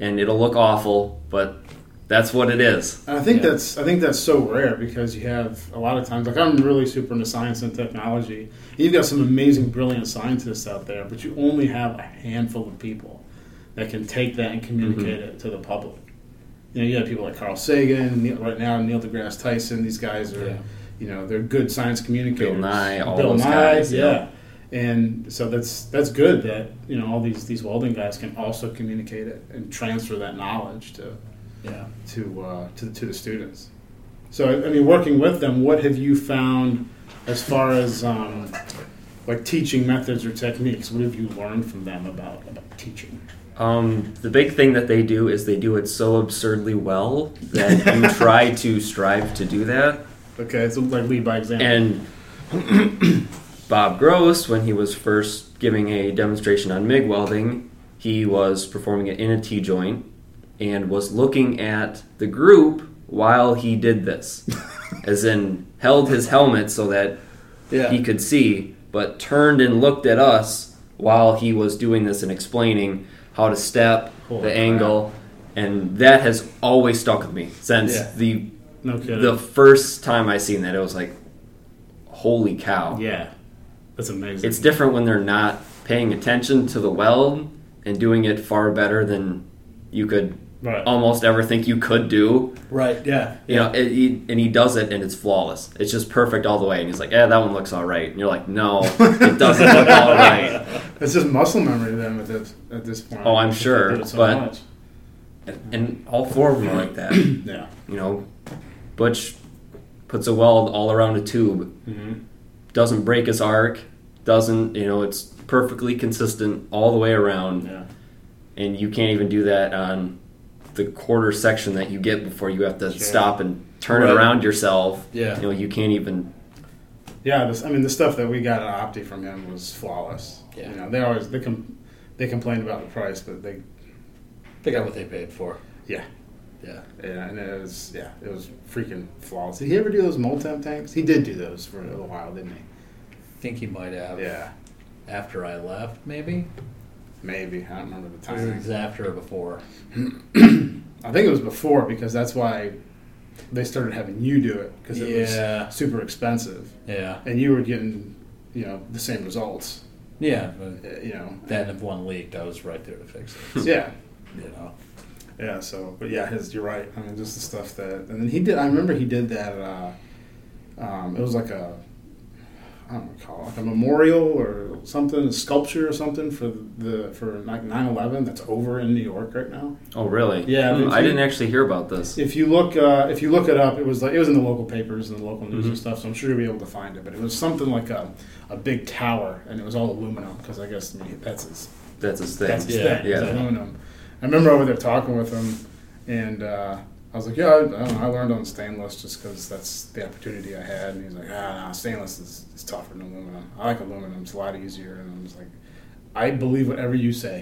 Speaker 5: and it'll look awful, but that's what it is.
Speaker 1: And I think
Speaker 2: Yeah.
Speaker 1: that's I think that's so rare because you have a lot of times like I'm really super into science and technology. You've got some amazing, brilliant scientists out there, but you only have a handful of people that can take that and communicate
Speaker 5: Mm-hmm.
Speaker 1: it to the public. You know, you have people like Carl Sagan, Neil, right now Neil deGrasse Tyson. These guys are,
Speaker 2: Yeah.
Speaker 1: you know, they're good science communicators.
Speaker 5: Bill Nye, all
Speaker 1: Bill
Speaker 5: those
Speaker 1: Nye,
Speaker 5: guys,
Speaker 1: yeah.
Speaker 5: yeah.
Speaker 1: And so that's that's good that you know all these these welding guys can also communicate it and transfer that knowledge to
Speaker 2: Yeah.
Speaker 1: to uh, to, to the students. So I- I mean, working with them, what have you found as far as um, like teaching methods or techniques? What have you learned from them about about teaching?
Speaker 5: Um, the big thing that they do is they do it so absurdly well that you try to strive to do that.
Speaker 1: Okay, so like lead by example.
Speaker 5: And Bob Gross, when he was first giving a demonstration on MIG welding, he was performing it in a T joint and was looking at the group while he did this, as in held his helmet so that
Speaker 2: Yeah.
Speaker 5: he could see, but turned and looked at us while he was doing this and explaining how to step,
Speaker 1: Holy
Speaker 5: the
Speaker 1: crap.
Speaker 5: angle, and that has always stuck with me since
Speaker 2: Yeah.
Speaker 5: the
Speaker 1: no kidding.
Speaker 5: the first time I seen that. It was like, holy cow!
Speaker 1: yeah, that's amazing.
Speaker 5: It's different when they're not paying attention to the weld and doing it far better than you could
Speaker 1: right.
Speaker 5: almost ever think you could do.
Speaker 2: Right. Yeah.
Speaker 5: You know, it, he, and he does it, and it's flawless. It's just perfect all the way. And he's like, "Yeah, that one looks all right." And you're like, "No, it doesn't look all right."
Speaker 1: It's just muscle memory to them at this at this point.
Speaker 5: Oh, I'm sure,
Speaker 1: They did it so
Speaker 5: but-
Speaker 1: much.
Speaker 5: And all four of them are like that. You
Speaker 1: yeah.
Speaker 5: know, Butch puts a weld all around a tube.
Speaker 1: Mm-hmm.
Speaker 5: doesn't break his arc, doesn't you know it's perfectly consistent all the way around,
Speaker 1: Yeah.
Speaker 5: and you can't even do that on the quarter section that you get before you have to
Speaker 1: Sure.
Speaker 5: stop and turn
Speaker 2: Right.
Speaker 5: it around yourself.
Speaker 2: Yeah.
Speaker 5: you know you can't even.
Speaker 1: Yeah, this, I mean the stuff that we got at Opti from him was flawless.
Speaker 2: Yeah.
Speaker 1: You know, they always they com- they complained about the price, but they
Speaker 2: They got what they paid for.
Speaker 1: yeah.
Speaker 2: Yeah.
Speaker 1: Yeah, and it was yeah, it was freaking flawless. Did he ever do those Moltem tanks? He did do those for a little while, didn't he?
Speaker 2: Think he might have.
Speaker 1: Yeah,
Speaker 2: After I left, maybe.
Speaker 1: maybe. I don't remember the
Speaker 2: Was
Speaker 1: timing.
Speaker 2: it after or before?
Speaker 1: I think it was before because that's why they started having you do it because it
Speaker 2: Yeah.
Speaker 1: was super expensive,
Speaker 2: Yeah.
Speaker 1: and you were getting you know the same results.
Speaker 2: Yeah. but
Speaker 1: uh, You know,
Speaker 2: Then if one leaked, I was right there to fix it.
Speaker 1: yeah,
Speaker 2: You know.
Speaker 1: yeah. So, but yeah, his, you're right. I mean, just the stuff that, and then he did. I remember he did that. Uh, um, it was like a. I don't know what to call it, like a memorial or something, a sculpture or something for the for like 9/11 that's over in New York right now.
Speaker 5: Oh really?
Speaker 1: Yeah,
Speaker 5: Hmm,
Speaker 1: me
Speaker 5: I
Speaker 1: too.
Speaker 5: didn't actually hear about this.
Speaker 1: If you look, uh, if you look it up, it was like it was in the local papers and the local news
Speaker 5: Mhm.
Speaker 1: and stuff. So I'm sure you'll be able to find it. But it was something like a, a big tower, and it was all aluminum because I guess I mean, that's his
Speaker 5: That's his thing.
Speaker 1: that's his
Speaker 2: Yeah,
Speaker 1: thing. is
Speaker 5: yeah.
Speaker 1: aluminum. I remember over there talking with him, and uh, I was like, yeah, I, I, don't know, I learned on stainless just because that's the opportunity I had. And he's like, ah, no, stainless is, is tougher than aluminum. I like aluminum; it's a lot easier. And I was like, I believe whatever you say.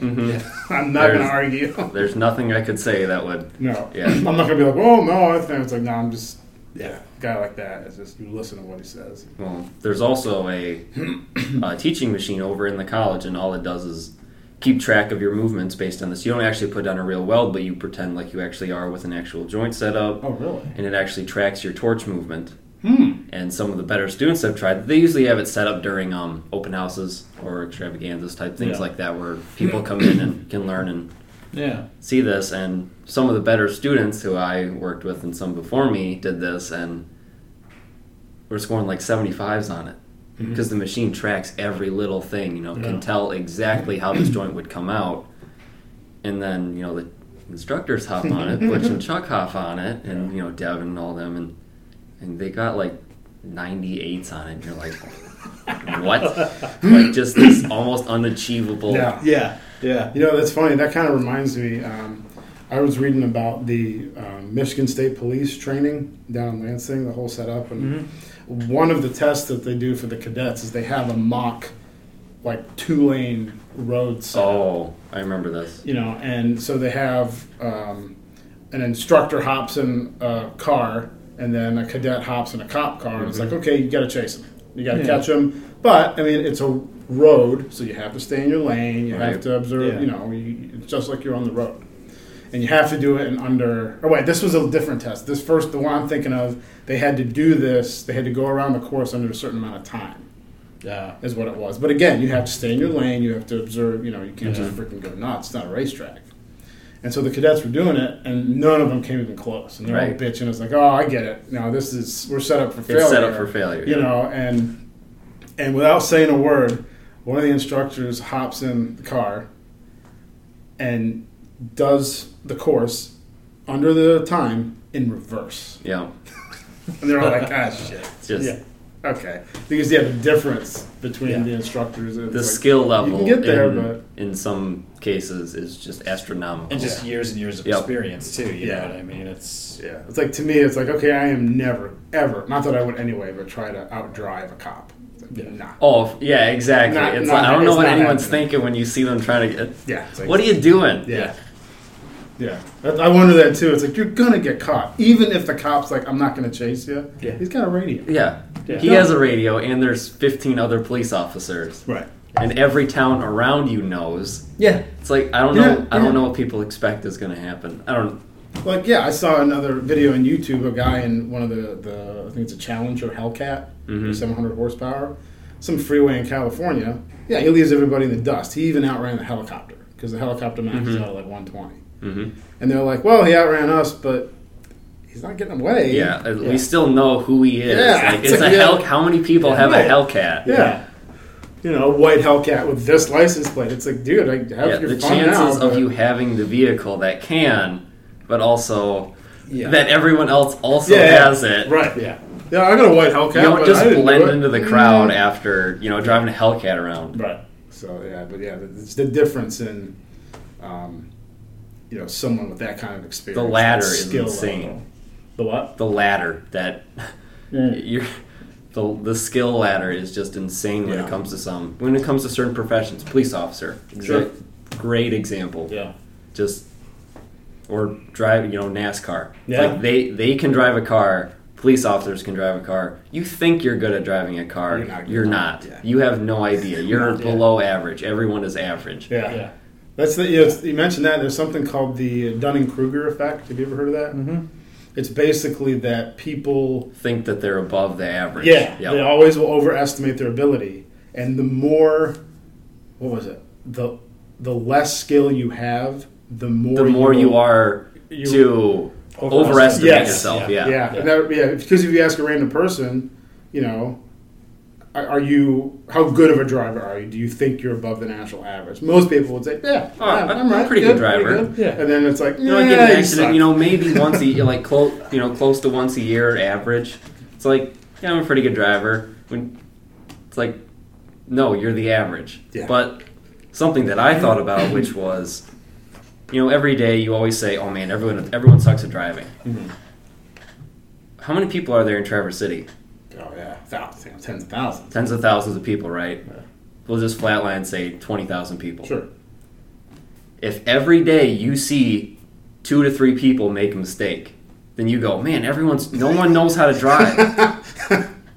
Speaker 5: Mhm.
Speaker 1: I'm not going to
Speaker 5: There's-
Speaker 1: argue.
Speaker 5: There's nothing I could say that would.
Speaker 1: No.
Speaker 5: Yeah.
Speaker 1: I'm not gonna be like, oh no, I think it's like, no, I'm just
Speaker 2: Yeah.
Speaker 1: yeah, guy like that. It's just you listen to what he says.
Speaker 5: Well, there's also a, uh teaching machine over in the college, and all it does is keep track of your movements based on this. You don't actually put down a real weld, but you pretend like you actually are with an actual joint setup.
Speaker 1: Oh really?
Speaker 5: and it actually tracks your torch movement.
Speaker 1: Hmm.
Speaker 5: And some of the better students I've tried, they usually have it set up during um, open houses or extravaganzas type things
Speaker 1: Yeah.
Speaker 5: like that, where people come in and can learn and
Speaker 2: Yeah.
Speaker 5: see this. And some of the better students who I worked with and some before me did this, and were scoring like 75s on it because the machine tracks every little thing, you know,
Speaker 1: Mm-hmm. Yeah.
Speaker 5: can tell exactly how this joint would come out. And then, you know, the instructors hop on it, Butch and Chuck hop on it, and, you know, Devin and all them, and, and they got like 98s on it. And you're like, what? like, just this almost unachievable.
Speaker 1: Yeah.
Speaker 2: Yeah. Yeah.
Speaker 1: You know, that's funny. That kind of reminds me. Um, I was reading about the um, Michigan State Police training down in Lansing, the whole setup, and one of the tests that they do for the cadets is they have a mock, like two lane road setup
Speaker 5: Oh, I remember this.
Speaker 1: you know, and so they have um, an instructor hops in a car, and then a cadet hops in a cop car, and it's like, okay, you got to chase him, you got to catch him. But I mean, it's a road, so you have to stay in your lane. You have
Speaker 5: Right.
Speaker 1: to observe.
Speaker 4: Yeah.
Speaker 1: You know, you, it's just like you're on the road, and you have to do it in under. Oh wait, this was a different test. This first, the one I'm thinking of, they had to do this. They had to go around the course under a certain amount of time
Speaker 2: Yeah.
Speaker 1: is what it was. But again, you have to stay in your lane. You have to observe. You know, you can't just
Speaker 5: Mm-hmm.
Speaker 1: freaking go nuts. It's not a racetrack. And so the cadets were doing it, and none of them came even close. And they're all
Speaker 5: Right.
Speaker 1: bitching. It's like, oh, I get it. Now this is we're set up for failure.
Speaker 5: It's set up for failure.
Speaker 1: You know, and and without saying a word, one of the instructors hops in the car and does the course under the time in reverse.
Speaker 5: Yeah.
Speaker 1: And they're all like, ah, shit.
Speaker 5: It's just
Speaker 1: Yeah. Okay. Because you have a difference between
Speaker 2: Yeah.
Speaker 1: the instructors. and
Speaker 5: the
Speaker 1: it's like-
Speaker 5: skill level
Speaker 1: get there,
Speaker 5: in,
Speaker 1: but-
Speaker 5: in some cases is just astronomical.
Speaker 2: And just years and years of
Speaker 5: Yep.
Speaker 2: experience too. You
Speaker 1: Yeah.
Speaker 2: know what I mean? It's
Speaker 1: Yeah, it's like to me, it's like okay, I am never, ever, not that I would anyway, but try to outdrive a cop. It's like, Nah.
Speaker 5: Oh f- yeah, exactly.
Speaker 1: Not-
Speaker 5: it's
Speaker 1: not-
Speaker 5: like, I don't know
Speaker 1: it's
Speaker 5: what
Speaker 1: not
Speaker 5: anyone's
Speaker 1: happening.
Speaker 5: thinking when you see them trying to get.
Speaker 1: Yeah. It's like,
Speaker 5: What are you doing?
Speaker 1: Yeah. Yeah, I I wonder that too. It's like you're gonna get caught, even if the cop's like, "I'm not gonna chase you."
Speaker 2: Yeah.
Speaker 1: he's got a radio.
Speaker 5: Yeah.
Speaker 2: Yeah.
Speaker 5: He
Speaker 2: No.
Speaker 5: has a radio, and there's 15 other police officers,
Speaker 1: Right.
Speaker 5: and every town around you knows.
Speaker 1: Yeah.
Speaker 5: It's like I don't
Speaker 1: Yeah,
Speaker 5: know. I
Speaker 1: yeah.
Speaker 5: don't know what people expect is going to happen. I don't.
Speaker 1: Like yeah, I saw another video on YouTube. A guy in one of the, the I think it's a Challenger Hellcat,
Speaker 5: Mhm.
Speaker 1: 700 horsepower, some freeway in California. Yeah, he leaves everybody in the dust. He even outran the helicopter because the helicopter max is out at like 120.
Speaker 5: Mm-hmm.
Speaker 1: And they're like, well, he outran us, but he's not getting away.
Speaker 5: Yeah, uh,
Speaker 1: Yeah.
Speaker 5: we still know who he is.
Speaker 1: Yeah,
Speaker 5: Like,
Speaker 1: it's
Speaker 5: it's
Speaker 1: like,
Speaker 5: a
Speaker 1: yeah.
Speaker 5: hell. How many people have
Speaker 1: Right.
Speaker 5: a Hellcat?
Speaker 1: Yeah. You know, a white Hellcat with this license plate. It's like, dude, I have
Speaker 5: Yeah,
Speaker 1: your
Speaker 5: the
Speaker 1: fun
Speaker 5: chances
Speaker 1: now,
Speaker 5: of
Speaker 1: but-
Speaker 5: you having the vehicle that can, but also
Speaker 2: Yeah.
Speaker 5: that everyone else also
Speaker 1: Yeah, yeah.
Speaker 5: has it.
Speaker 1: Right.
Speaker 2: yeah.
Speaker 1: Yeah, I got a white Hellcat. but
Speaker 5: You don't
Speaker 1: I
Speaker 5: just
Speaker 1: didn't do
Speaker 5: blend
Speaker 1: it.
Speaker 5: into the crowd after you know driving a Hellcat around.
Speaker 1: Right. So yeah, but yeah, it's the difference in, um, you know, someone with that kind of experience.
Speaker 5: The
Speaker 1: that
Speaker 5: ladder is
Speaker 1: skill
Speaker 5: insane.
Speaker 1: level. The what?
Speaker 5: The ladder that you're. The, the skill ladder is just insane when
Speaker 1: Yeah.
Speaker 5: it comes to some when it comes to certain professions. Police officer,
Speaker 1: Sure.
Speaker 5: great example.
Speaker 1: Yeah.
Speaker 5: Just or drive, you know, NASCAR.
Speaker 1: Yeah.
Speaker 5: Like they they can drive a car. Police officers can drive a car. You think you're good at driving a car.
Speaker 1: You're not good.
Speaker 5: You're not.
Speaker 1: Yeah.
Speaker 5: You have no idea. You're
Speaker 2: Yeah.
Speaker 5: below average. Everyone is average.
Speaker 1: Yeah.
Speaker 2: Yeah.
Speaker 1: That's the you, know, it's- you mentioned that there's something called the Dunning Kruger effect. Have you ever heard of that?
Speaker 5: Mm-hmm.
Speaker 2: Mhm.
Speaker 1: It's basically that people
Speaker 5: Think that they're above the average.
Speaker 1: Yeah,
Speaker 5: Yep.
Speaker 1: they always will overestimate their ability, and the more, what was it? The the less skill you have, the more
Speaker 5: the more you,
Speaker 1: will-
Speaker 5: are
Speaker 1: you-
Speaker 5: to
Speaker 2: Overestimate.
Speaker 5: overestimate
Speaker 1: Yes.
Speaker 2: Yeah.
Speaker 5: yourself. Yeah.
Speaker 1: Yeah, and that- yeah. Because if you ask a random person, you know, are are you how good of a driver are you? Do you think you're above the national average? Most people would say, yeah,
Speaker 5: Oh,
Speaker 1: yeah,
Speaker 5: I'm a pretty good driver."
Speaker 1: Yeah, and then it's like,
Speaker 5: You know,
Speaker 1: yeah,
Speaker 5: I get an
Speaker 1: suck."
Speaker 5: accident. You know, maybe once a year, like close, you know, close to once a year average. It's like, yeah, I'm a pretty good driver. When it's like, no, you're the average.
Speaker 1: Yeah.
Speaker 5: But something that I thought about, which was, you know, every day you always say, "Oh man, everyone, everyone sucks at driving."
Speaker 1: Mm-hmm.
Speaker 5: How many people are there in Traverse City?
Speaker 1: oh yeah, thousands, tens of thousands,
Speaker 5: Tens of thousands of people, right? We'll just flatline say twenty thousand people.
Speaker 1: sure,
Speaker 5: if every day you see two to three people make a mistake, then you go, man, everyone's no one knows how to drive.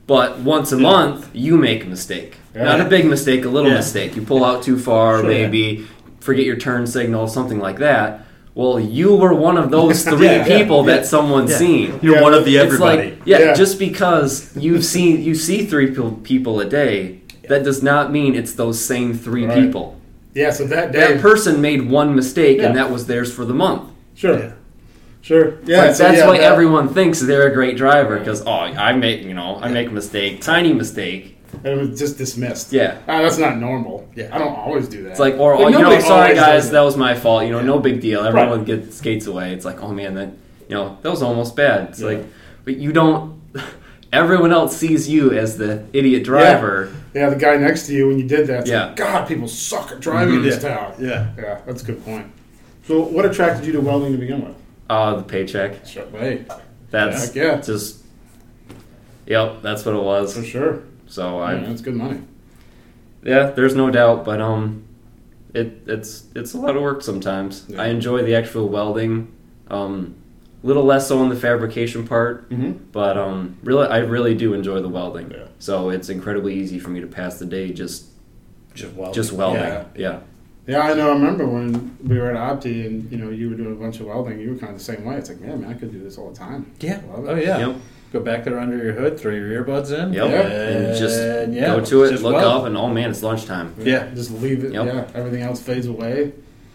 Speaker 5: but once a month, you make a mistake.
Speaker 1: Yeah.
Speaker 5: Not a big mistake, a little
Speaker 2: Yeah.
Speaker 5: mistake. You pull out too far,
Speaker 2: Sure,
Speaker 5: maybe forget your turn signal, something like that. Well, you were one of those three
Speaker 2: Yeah, yeah,
Speaker 5: people
Speaker 2: yeah.
Speaker 5: that someone's
Speaker 2: Yeah.
Speaker 5: seen.
Speaker 1: You're Yeah, one of the
Speaker 5: It's like, yeah,
Speaker 1: Yeah.
Speaker 5: just because you've seen you see three pe- people a day, that does not mean it's those same three
Speaker 1: Right.
Speaker 5: people
Speaker 1: yeah. So that day,
Speaker 5: that person made one mistake
Speaker 1: Yeah.
Speaker 5: and that was theirs for the month.
Speaker 1: sure, sure, yeah.
Speaker 5: Like,
Speaker 1: so
Speaker 5: that's
Speaker 1: yeah,
Speaker 5: why
Speaker 1: that-
Speaker 5: everyone thinks they're a great driver because oh, I make you know I make a mistake, tiny mistake.
Speaker 1: It was just dismissed.
Speaker 5: Yeah.
Speaker 1: Ah, that's not normal. Yeah. I don't always do that.
Speaker 5: It's like or
Speaker 1: But
Speaker 5: oh, you know
Speaker 1: nobody
Speaker 5: sorry
Speaker 1: always does
Speaker 5: guys
Speaker 1: it.
Speaker 5: that was my fault. You know no big deal. Everyone
Speaker 1: Right.
Speaker 5: gets skates away. It's like oh man that you know that was almost bad. It's like but you don't. Everyone else sees you as the idiot driver.
Speaker 1: yeah, the guy next to you when you did that. It's
Speaker 5: Yeah.
Speaker 1: Mm-hmm. Like, God, people suck at driving in this town.
Speaker 2: Yeah.
Speaker 1: Yeah, that's a good point. So, what attracted you to welding to begin with?
Speaker 5: Uh, the paycheck.
Speaker 1: Sure, right.
Speaker 5: That's
Speaker 1: Heck yeah.
Speaker 5: just. Yep, that's what it
Speaker 1: For
Speaker 5: was.
Speaker 1: sure.
Speaker 5: So
Speaker 1: Yeah,
Speaker 5: I
Speaker 1: that's good money.
Speaker 5: yeah, there's no doubt, but um, it it's it's a lot of work sometimes.
Speaker 1: Yeah.
Speaker 5: I enjoy the actual welding, um, little less so on the fabrication part,
Speaker 1: Mm-hmm.
Speaker 5: but um, really I really do enjoy the welding.
Speaker 1: Yeah.
Speaker 5: So it's incredibly easy for me to pass the day just
Speaker 2: Just welding.
Speaker 5: just welding.
Speaker 1: Yeah.
Speaker 5: Yeah.
Speaker 1: Yeah, I know. I remember when we were at Opti and you know you were doing a bunch of welding. You were kind of the same way. It's like, man, man, I could do this all the time.
Speaker 2: Yeah.
Speaker 1: Love it.
Speaker 2: Oh yeah.
Speaker 5: Yep.
Speaker 2: Go back there under your hood, throw your earbuds in.
Speaker 5: Yep.
Speaker 1: Yeah.
Speaker 5: And just
Speaker 2: and yeah,
Speaker 5: go to it,
Speaker 2: just
Speaker 5: look
Speaker 2: weld.
Speaker 5: up, and oh man, it's lunchtime.
Speaker 2: Yeah.
Speaker 1: just leave it.
Speaker 5: Yep.
Speaker 1: Yeah, everything else fades away.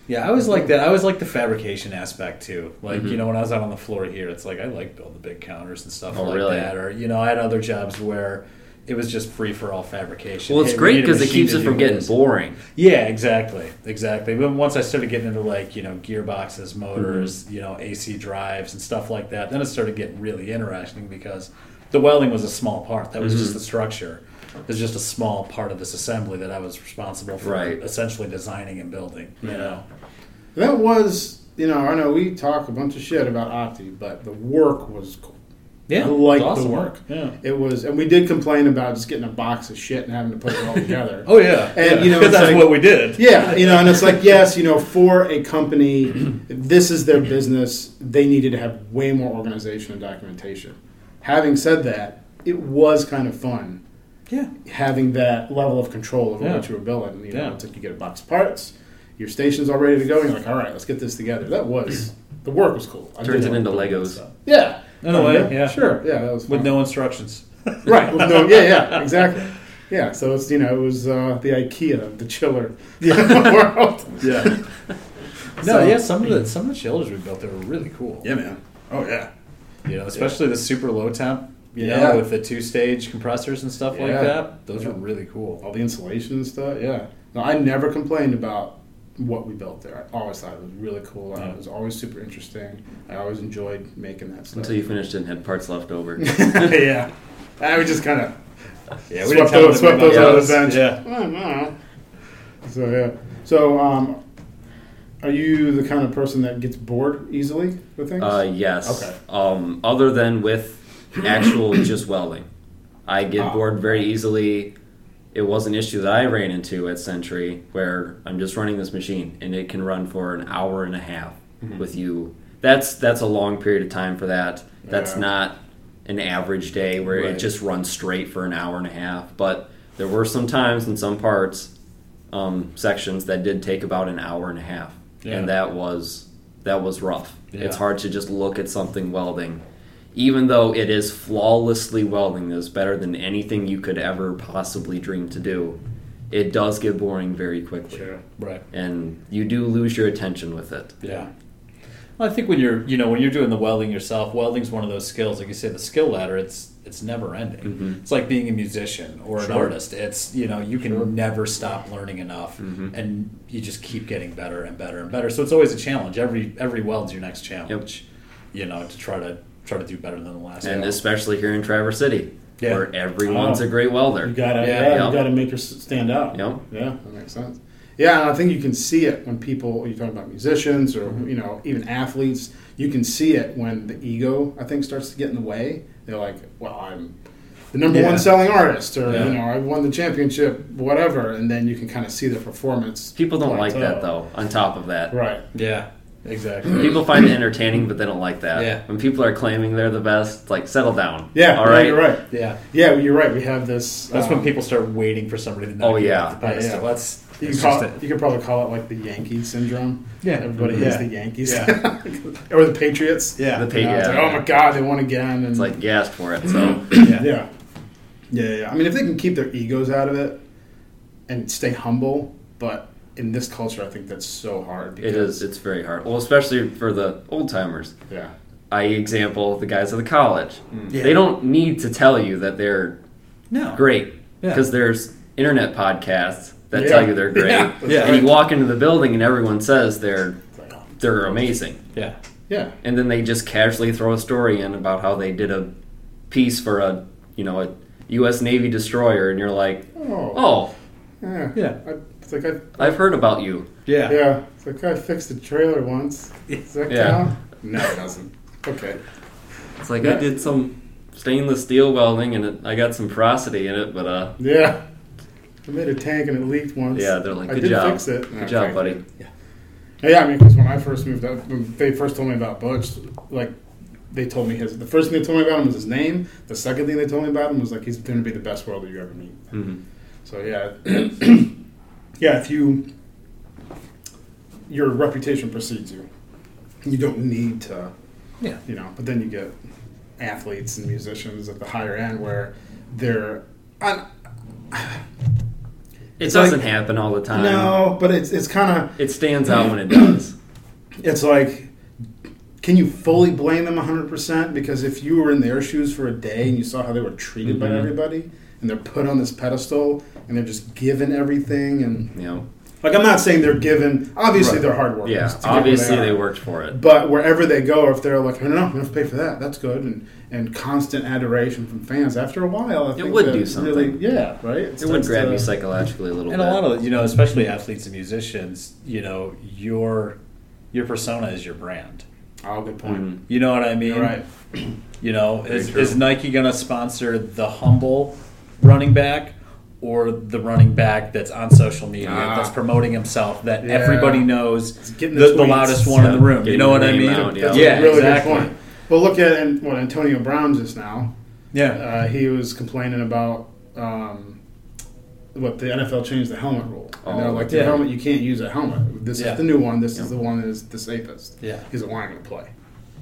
Speaker 2: Yeah, I always like that. I always like the fabrication aspect too. Like
Speaker 5: Mm-hmm.
Speaker 2: you know, when I was out on the floor here, it's like I like building big counters and stuff
Speaker 5: Oh,
Speaker 2: like
Speaker 5: really?
Speaker 2: that. Or you know, I had other jobs where it was just free for all fabrication.
Speaker 5: Well, it's
Speaker 2: Hey, we
Speaker 5: great
Speaker 2: need a
Speaker 5: because it
Speaker 2: machine
Speaker 5: keeps
Speaker 2: to
Speaker 5: it
Speaker 2: do
Speaker 5: from getting
Speaker 2: this.
Speaker 5: boring.
Speaker 2: Yeah, exactly, exactly. But once I started getting into like you know
Speaker 5: Mm-hmm.
Speaker 2: gearboxes, motors, you know AC drives and stuff like that, then it started getting really interesting because the welding was a small part. That was
Speaker 5: Mm-hmm.
Speaker 2: just the structure. It was just a small part of this assembly that I was responsible for,
Speaker 5: Right.
Speaker 2: essentially designing and building. You know,
Speaker 1: That was, you know, I know we talk a bunch of shit about Opti, but the work was cool. I like
Speaker 2: it's
Speaker 1: the
Speaker 2: awesome.
Speaker 1: work.
Speaker 2: Yeah.
Speaker 1: It was, and we did complain about just getting a box of shit and having to put it all together.
Speaker 2: Oh yeah,
Speaker 1: And,
Speaker 2: Yeah.
Speaker 1: you know,
Speaker 2: 'Cause
Speaker 1: it's
Speaker 2: that's
Speaker 1: like-
Speaker 2: what we did.
Speaker 1: Yeah, you know, and it's like, yes, you know, for a company, this is their business. They needed to have way more organization and documentation. Having said that, it was kind of fun
Speaker 2: Yeah,
Speaker 1: having that level of control over
Speaker 2: Yeah.
Speaker 1: what you were building. You know,
Speaker 2: Yeah.
Speaker 1: it's like you get a box of parts, your station's all ready to go, and you're like, all right, let's get this together. That was, the work was cool. I did
Speaker 5: Turns it
Speaker 1: like
Speaker 5: into
Speaker 1: the work
Speaker 5: Legos.
Speaker 1: stuff. Yeah.
Speaker 2: In a way, yeah.
Speaker 1: Sure, yeah, that was
Speaker 2: with
Speaker 1: fun.
Speaker 2: no instructions.
Speaker 1: Right. Well, no, yeah, yeah, exactly. Yeah, so it's you know it was uh, the IKEA of the chiller world.
Speaker 2: Yeah. no,
Speaker 1: So-
Speaker 2: yeah. Some of the some of the chillers we built there were really cool.
Speaker 1: man. Oh yeah.
Speaker 2: You know, especially the super low temp. You
Speaker 1: Yeah.
Speaker 2: know, with the two stage compressors and stuff like
Speaker 1: Yeah.
Speaker 2: that. Those
Speaker 1: Yeah.
Speaker 2: were really cool.
Speaker 1: All the insulation and stuff. Yeah. No, I never complained about what we built there. I always thought it was really cool. And
Speaker 2: Yeah.
Speaker 1: It was always super interesting. I always enjoyed making that stuff.
Speaker 5: Until you finished it and had parts left over.
Speaker 1: yeah. I was just kind of
Speaker 2: Yeah,
Speaker 1: Swept those- swept those
Speaker 5: out of
Speaker 1: the bench.
Speaker 2: Yeah.
Speaker 1: I don't know. So yeah. So um, are you the kind of person that gets bored easily with things?
Speaker 5: Uh, yes.
Speaker 1: Okay.
Speaker 5: Um, other than with actual just welding, I get
Speaker 1: Ah.
Speaker 5: bored very easily. It was an issue that I ran into at Century where I'm just running this machine and it can run for an hour and a half
Speaker 1: Mm-hmm.
Speaker 5: with you. That's that's a long period of time for that. That's
Speaker 1: Yeah.
Speaker 5: not an average day where
Speaker 1: Right.
Speaker 5: it just runs straight for an hour and a half. But there were some times in some parts, um, sections that did take about an hour and a half,
Speaker 2: Yeah.
Speaker 5: and that was that was rough. It's
Speaker 2: Yeah.
Speaker 5: hard to just look at something welding, even though it is flawlessly welding. Is better than anything you could ever possibly dream to do. It does get boring very quickly,
Speaker 1: Sure.
Speaker 2: Right.
Speaker 5: and you do lose your attention with it.
Speaker 2: Yeah. Well, I think when you're you know when you're doing the welding yourself, welding's one of those skills. Like you say, the skill ladder, it's it's never ending. It's like being a musician or an
Speaker 5: Sure.
Speaker 2: artist. It's you know you can never stop learning enough, and you just keep getting better and better and better. So it's always a challenge. Every every weld's your next challenge. You know to try to try to do better than the last.
Speaker 5: And
Speaker 2: weld.
Speaker 5: especially here in Traverse City,
Speaker 2: Yeah.
Speaker 5: where everyone's a great welder.
Speaker 1: Oh. You gotta,
Speaker 2: Yeah,
Speaker 1: yeah, you
Speaker 5: yeah.
Speaker 1: gotta make her s- stand out.
Speaker 5: Yep.
Speaker 1: Yeah, that makes sense. Yeah, and I think you can see it when people. You're talking about musicians or you know even athletes. You can see it when the ego, I think, starts to get in the way. They're like, "Well, I'm the number
Speaker 2: Yeah.
Speaker 1: one selling artist," or
Speaker 2: Yeah.
Speaker 1: you know, "I won the championship," whatever. And then you can kind of see the performance.
Speaker 5: People don't like
Speaker 1: plateau.
Speaker 5: that though. On top of that,
Speaker 1: Right.
Speaker 2: yeah, exactly.
Speaker 5: People find it entertaining, but they don't like that.
Speaker 2: Yeah.
Speaker 5: When people are claiming they're the best, it's like settle down.
Speaker 1: Yeah.
Speaker 5: All
Speaker 1: yeah,
Speaker 5: right.
Speaker 1: You're right.
Speaker 2: yeah.
Speaker 1: Yeah, well, you're right. We have this.
Speaker 2: That's
Speaker 1: um,
Speaker 2: when people start waiting for somebody to knock
Speaker 5: Oh,
Speaker 2: you
Speaker 5: yeah.
Speaker 2: off the pedestal.
Speaker 1: Yeah.
Speaker 2: That's
Speaker 1: You can,
Speaker 2: it's
Speaker 1: call,
Speaker 2: just it.
Speaker 1: you could probably call it like the Yankee syndrome.
Speaker 2: Yeah.
Speaker 1: everybody
Speaker 2: Yeah.
Speaker 1: hates the Yankees,
Speaker 2: Yeah.
Speaker 1: or the Patriots.
Speaker 2: Yeah.
Speaker 5: The pa-
Speaker 1: You know, it's
Speaker 5: yeah.
Speaker 1: like, oh my God, they won again. And
Speaker 5: It's like gassed for it. So
Speaker 1: Mm-hmm.
Speaker 2: yeah.
Speaker 1: yeah. yeah, yeah, yeah. I mean, if they can keep their egos out of it and stay humble, but in this culture, I think that's so hard.
Speaker 5: it is. It's very hard. Well, especially for the old timers.
Speaker 1: Yeah,
Speaker 5: I e, example the guys at the college.
Speaker 1: Mm.
Speaker 2: Yeah.
Speaker 5: They don't need to tell you that they're
Speaker 2: No.
Speaker 5: great
Speaker 2: Yeah.
Speaker 5: because there's internet podcasts that
Speaker 1: Yeah.
Speaker 5: tell you they're great.
Speaker 1: Yeah, that's
Speaker 5: And
Speaker 1: right.
Speaker 5: you walk into the building and everyone says they're
Speaker 1: oh,
Speaker 5: they're amazing.
Speaker 2: Yeah.
Speaker 1: yeah,
Speaker 5: and then they just casually throw a story in about how they did a piece for a you know a U.S. Navy destroyer, and you're like,
Speaker 1: Oh.
Speaker 5: oh, Uh.
Speaker 1: yeah.
Speaker 2: Yeah.
Speaker 1: I It's like I,
Speaker 5: I've heard about you.
Speaker 1: yeah.
Speaker 4: yeah.
Speaker 1: It's like I fixed the trailer once. Does that
Speaker 5: Yeah.
Speaker 1: count? No, it doesn't. Okay.
Speaker 5: It's like
Speaker 1: Yeah.
Speaker 5: I did some stainless steel welding and it, I got some porosity in it, but uh,
Speaker 1: Yeah. I made a tank and it leaked once.
Speaker 5: yeah, they're like,
Speaker 1: I
Speaker 5: good
Speaker 1: did
Speaker 5: job,
Speaker 1: fix it.
Speaker 5: good job, buddy.
Speaker 1: Yeah, I mean, because when I first moved up, when they first told me about Butch, like, they told me his. The first thing they told me about him was his name. The second thing they told me about him was, like, he's going to be the best welder you ever meet.
Speaker 5: hmm
Speaker 1: So, yeah. yeah, if you. Your reputation precedes you. You don't need to,
Speaker 4: Yeah.
Speaker 1: you know, but then you get athletes and musicians at the higher end where they're. I,
Speaker 5: It
Speaker 1: It's
Speaker 5: doesn't
Speaker 1: like-
Speaker 5: happen all the time.
Speaker 1: no, but it's, it's kind of.
Speaker 5: It stands out when it does.
Speaker 1: it's like can you fully blame them 100% because if you were in their shoes for a day and you saw how they were treated by
Speaker 5: Mhm.
Speaker 1: everybody and they're put on this pedestal and they're just given everything and
Speaker 5: You know,
Speaker 1: like i'm not saying they're given obviously
Speaker 5: Right.
Speaker 1: they're hard workers
Speaker 5: yeah.
Speaker 1: to get where
Speaker 5: Obviously,
Speaker 1: are.
Speaker 5: they worked for it.
Speaker 1: but wherever they go if they're like no no i'm going to pay for that that's good and, and constant adoration from fans after a while I
Speaker 5: It
Speaker 1: think
Speaker 5: would
Speaker 1: that
Speaker 5: do
Speaker 1: really
Speaker 5: something.
Speaker 1: yeah right it,
Speaker 5: It would
Speaker 1: starts
Speaker 5: grab
Speaker 1: to-
Speaker 5: you psychologically a little
Speaker 2: And
Speaker 5: bit.
Speaker 2: a lot of you know, especially athletes and musicians, you know, your your persona is your brand.
Speaker 1: oh good point
Speaker 5: Mhm.
Speaker 2: You know what I mean?
Speaker 1: You're right
Speaker 2: You know,
Speaker 5: Very
Speaker 2: is,
Speaker 5: true.
Speaker 2: is Nike going to sponsor the humble running back or the running back that's on social media
Speaker 1: Ah.
Speaker 2: that's promoting himself that
Speaker 1: Yeah.
Speaker 2: everybody knows the,
Speaker 1: getting the
Speaker 2: the
Speaker 1: tweets.
Speaker 2: loudest one in the
Speaker 5: Yeah,
Speaker 2: room? You
Speaker 5: getting
Speaker 2: know what
Speaker 5: the
Speaker 2: I
Speaker 5: name
Speaker 2: mean?
Speaker 5: out,
Speaker 1: That's
Speaker 2: yeah,
Speaker 1: a really
Speaker 2: exactly.
Speaker 1: good point. Well, look at and what Antonio Brown just now.
Speaker 2: Yeah,
Speaker 1: Uh, he was complaining about um, what the NFL changed the helmet rule. And they're
Speaker 5: Oh,
Speaker 1: like, the
Speaker 2: yeah.
Speaker 1: helmet you can't use a helmet. This
Speaker 2: Yeah.
Speaker 1: is the new one. This
Speaker 5: Yeah.
Speaker 1: is the one that is the safest.
Speaker 2: Yeah.
Speaker 1: he's a line to play.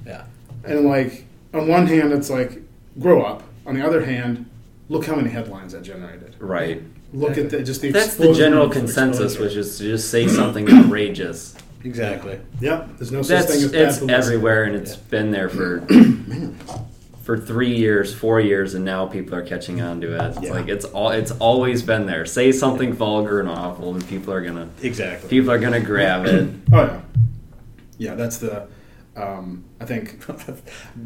Speaker 2: yeah,
Speaker 1: And like on one hand, it's like grow up. On the other hand, look how many headlines that generated.
Speaker 5: right.
Speaker 1: Look at the, just the
Speaker 5: That's the
Speaker 1: explosion
Speaker 5: general
Speaker 1: of
Speaker 5: consensus,
Speaker 1: exposure.
Speaker 5: which is to just say something outrageous.
Speaker 2: exactly.
Speaker 1: yep. There's no such
Speaker 5: That's
Speaker 1: thing as bad
Speaker 5: it's
Speaker 1: publicity.
Speaker 5: everywhere, and it's been there for for three years, four years, and now people are catching on to it. It's
Speaker 2: Yeah.
Speaker 5: like it's all it's always been there. Say something vulgar and awful, and people are gonna
Speaker 2: Exactly.
Speaker 5: people are gonna grab it.
Speaker 1: Oh yeah, yeah. That's the. Um, I think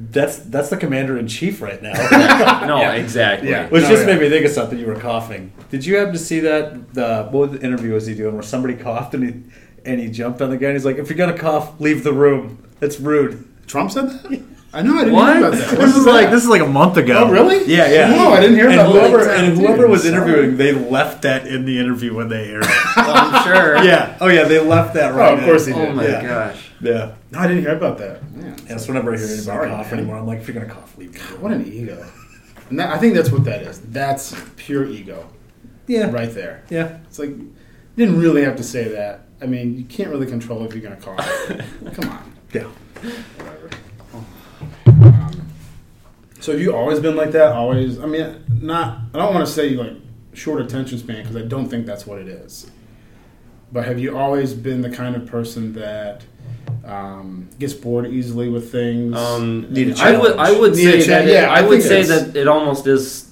Speaker 2: that's that's the commander in chief right now.
Speaker 5: No,
Speaker 2: Yeah.
Speaker 5: exactly.
Speaker 1: Yeah.
Speaker 2: Which
Speaker 1: No,
Speaker 2: just
Speaker 1: yeah.
Speaker 2: made me think of something. You were coughing. Did you happen to see that? The what was the interview was he doing where somebody coughed and he and he jumped on the guy and he's like, "If you're gonna cough, leave the room. That's rude."
Speaker 1: Trump said that. I know. I didn't
Speaker 5: What?
Speaker 1: hear about that.
Speaker 2: This is
Speaker 1: that?
Speaker 2: like this is like a month ago.
Speaker 1: Oh, really?
Speaker 2: Yeah, yeah.
Speaker 1: No, I didn't hear
Speaker 2: and
Speaker 1: about that.
Speaker 2: whoever,
Speaker 1: Like,
Speaker 2: And
Speaker 1: dude,
Speaker 2: whoever was
Speaker 1: sorry.
Speaker 2: interviewing, they left that in the interview when they aired it.
Speaker 5: Well, I'm sure.
Speaker 2: yeah. Oh yeah, they left that right.
Speaker 1: of course
Speaker 2: in.
Speaker 1: he
Speaker 5: Oh my
Speaker 2: Yeah.
Speaker 5: gosh.
Speaker 2: Yeah.
Speaker 1: No, I didn't hear about that. Man,
Speaker 2: And it's whenever I hear anybody
Speaker 1: Sorry,
Speaker 2: cough
Speaker 1: man.
Speaker 2: anymore, I'm like, if you're gonna cough, leave. The room.
Speaker 1: What an ego. And that, I think that's what that is. That's pure ego,
Speaker 2: Yeah.
Speaker 1: right there.
Speaker 2: Yeah.
Speaker 1: It's like you didn't really have to say that. I mean, you can't really control if you're going to call. it. Come on.
Speaker 2: Yeah.
Speaker 1: Whatever. Um, so have you always been like that? Always? I mean, not. I don't want to say like short attention span because I don't think that's what it is. But have you always been the kind of person that um, gets bored easily with things?
Speaker 5: Um,
Speaker 1: Need a
Speaker 5: I would I would
Speaker 1: Need
Speaker 5: say
Speaker 1: a
Speaker 5: that
Speaker 1: challenge.
Speaker 5: it,
Speaker 1: Yeah,
Speaker 5: I,
Speaker 1: I
Speaker 5: would
Speaker 1: think
Speaker 5: say
Speaker 1: it's-
Speaker 5: that it almost is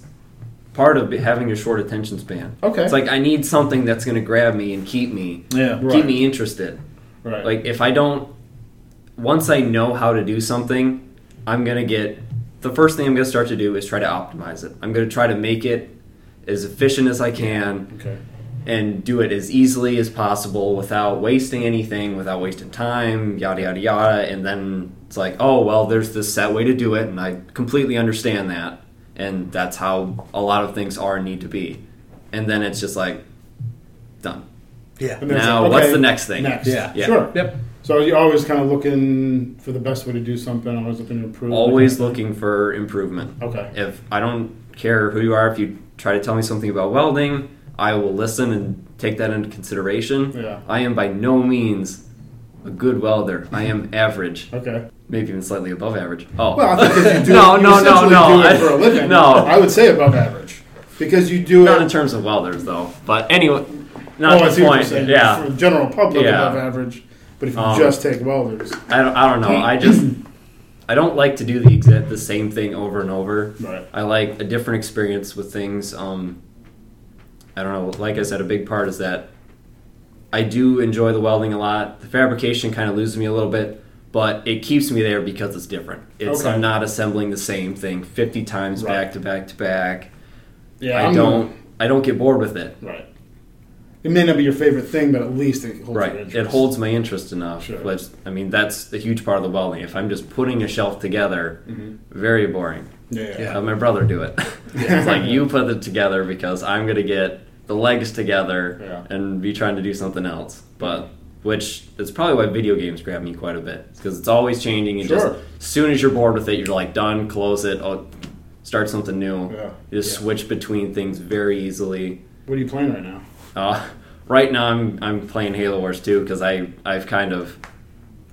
Speaker 5: part of having a short attention span.
Speaker 1: Okay.
Speaker 5: It's like I need something that's going to grab me and keep me
Speaker 2: Yeah.
Speaker 1: Right.
Speaker 5: keep me interested.
Speaker 1: right.
Speaker 5: Like if I don't once I know how to do something, I'm going to get the first thing I'm going to start to do is try to optimize it. I'm going to try to make it as efficient as I can
Speaker 1: okay.
Speaker 5: and do it as easily as possible without wasting anything, without wasting time, yada yada yada. And then it's like, oh well, there's this set way to do it, and I completely understand that, and that's how a lot of things are and need to be. And then it's just like, done.
Speaker 2: Yeah.
Speaker 1: And then it's
Speaker 5: Now,
Speaker 1: like,
Speaker 5: what's
Speaker 1: okay,
Speaker 5: the next thing?
Speaker 1: Next.
Speaker 2: Yeah.
Speaker 5: Yeah.
Speaker 1: Sure.
Speaker 2: Yep.
Speaker 1: So you're always kind of looking for the best way to do something, always looking to improve.
Speaker 5: Always looking for improvement.
Speaker 1: Okay.
Speaker 5: If I don't care who you are, if you try to tell me something about welding, I will listen and take that into consideration.
Speaker 1: Yeah.
Speaker 5: I am by no means a good welder. I am average,
Speaker 1: Okay.
Speaker 5: maybe even slightly above average. Oh,
Speaker 1: Well, I think if you do,
Speaker 5: no,
Speaker 1: you
Speaker 5: no, no,
Speaker 1: essentially
Speaker 5: no,
Speaker 1: do it
Speaker 5: I-
Speaker 1: for a living. I
Speaker 5: no,
Speaker 1: would say above average because you do
Speaker 5: not
Speaker 1: it.
Speaker 5: in terms of welders though. But anyway, not
Speaker 1: oh, I
Speaker 5: the
Speaker 1: see what you're
Speaker 5: point.
Speaker 1: saying.
Speaker 5: Yeah,
Speaker 1: For the general public,
Speaker 5: Yeah.
Speaker 1: above average. But if you
Speaker 5: Um,
Speaker 1: just take welders,
Speaker 5: I don't, I don't know. I just, I don't like to do the exact the same thing over and over.
Speaker 1: right?
Speaker 5: I like a different experience with things. Um, I don't know. Like I said, a big part is that I do enjoy the welding a lot. The fabrication kind of loses me a little bit, but it keeps me there because it's different. It's
Speaker 1: Okay.
Speaker 5: I'm not assembling the same thing fifty times
Speaker 1: Right.
Speaker 5: back to back to back.
Speaker 1: Yeah,
Speaker 5: I
Speaker 1: I'm
Speaker 5: don't. I don't get bored with it.
Speaker 1: Right. It may not be your favorite thing, but at least it holds your
Speaker 5: Right.
Speaker 1: interest.
Speaker 5: It holds my interest enough.
Speaker 1: Sure.
Speaker 5: Which, I mean, that's a huge part of the welding. If I'm just putting a shelf together,
Speaker 1: Mm-hmm.
Speaker 5: very boring.
Speaker 1: Yeah, yeah.
Speaker 2: Yeah.
Speaker 5: Have my brother do it. it's like you put it together because I'm gonna get the legs together
Speaker 1: Yeah.
Speaker 5: and be trying to do something else. But which is probably why video games grab me quite a bit because it's always changing. And
Speaker 1: Sure.
Speaker 5: just as soon as you're bored with it, you're like done, close it, oh, start something new.
Speaker 1: Yeah.
Speaker 5: You just
Speaker 2: Yeah.
Speaker 5: switch between things very easily.
Speaker 1: What are you playing right now?
Speaker 5: Uh, right now, I'm I'm playing Halo Wars 2 because I I've kind of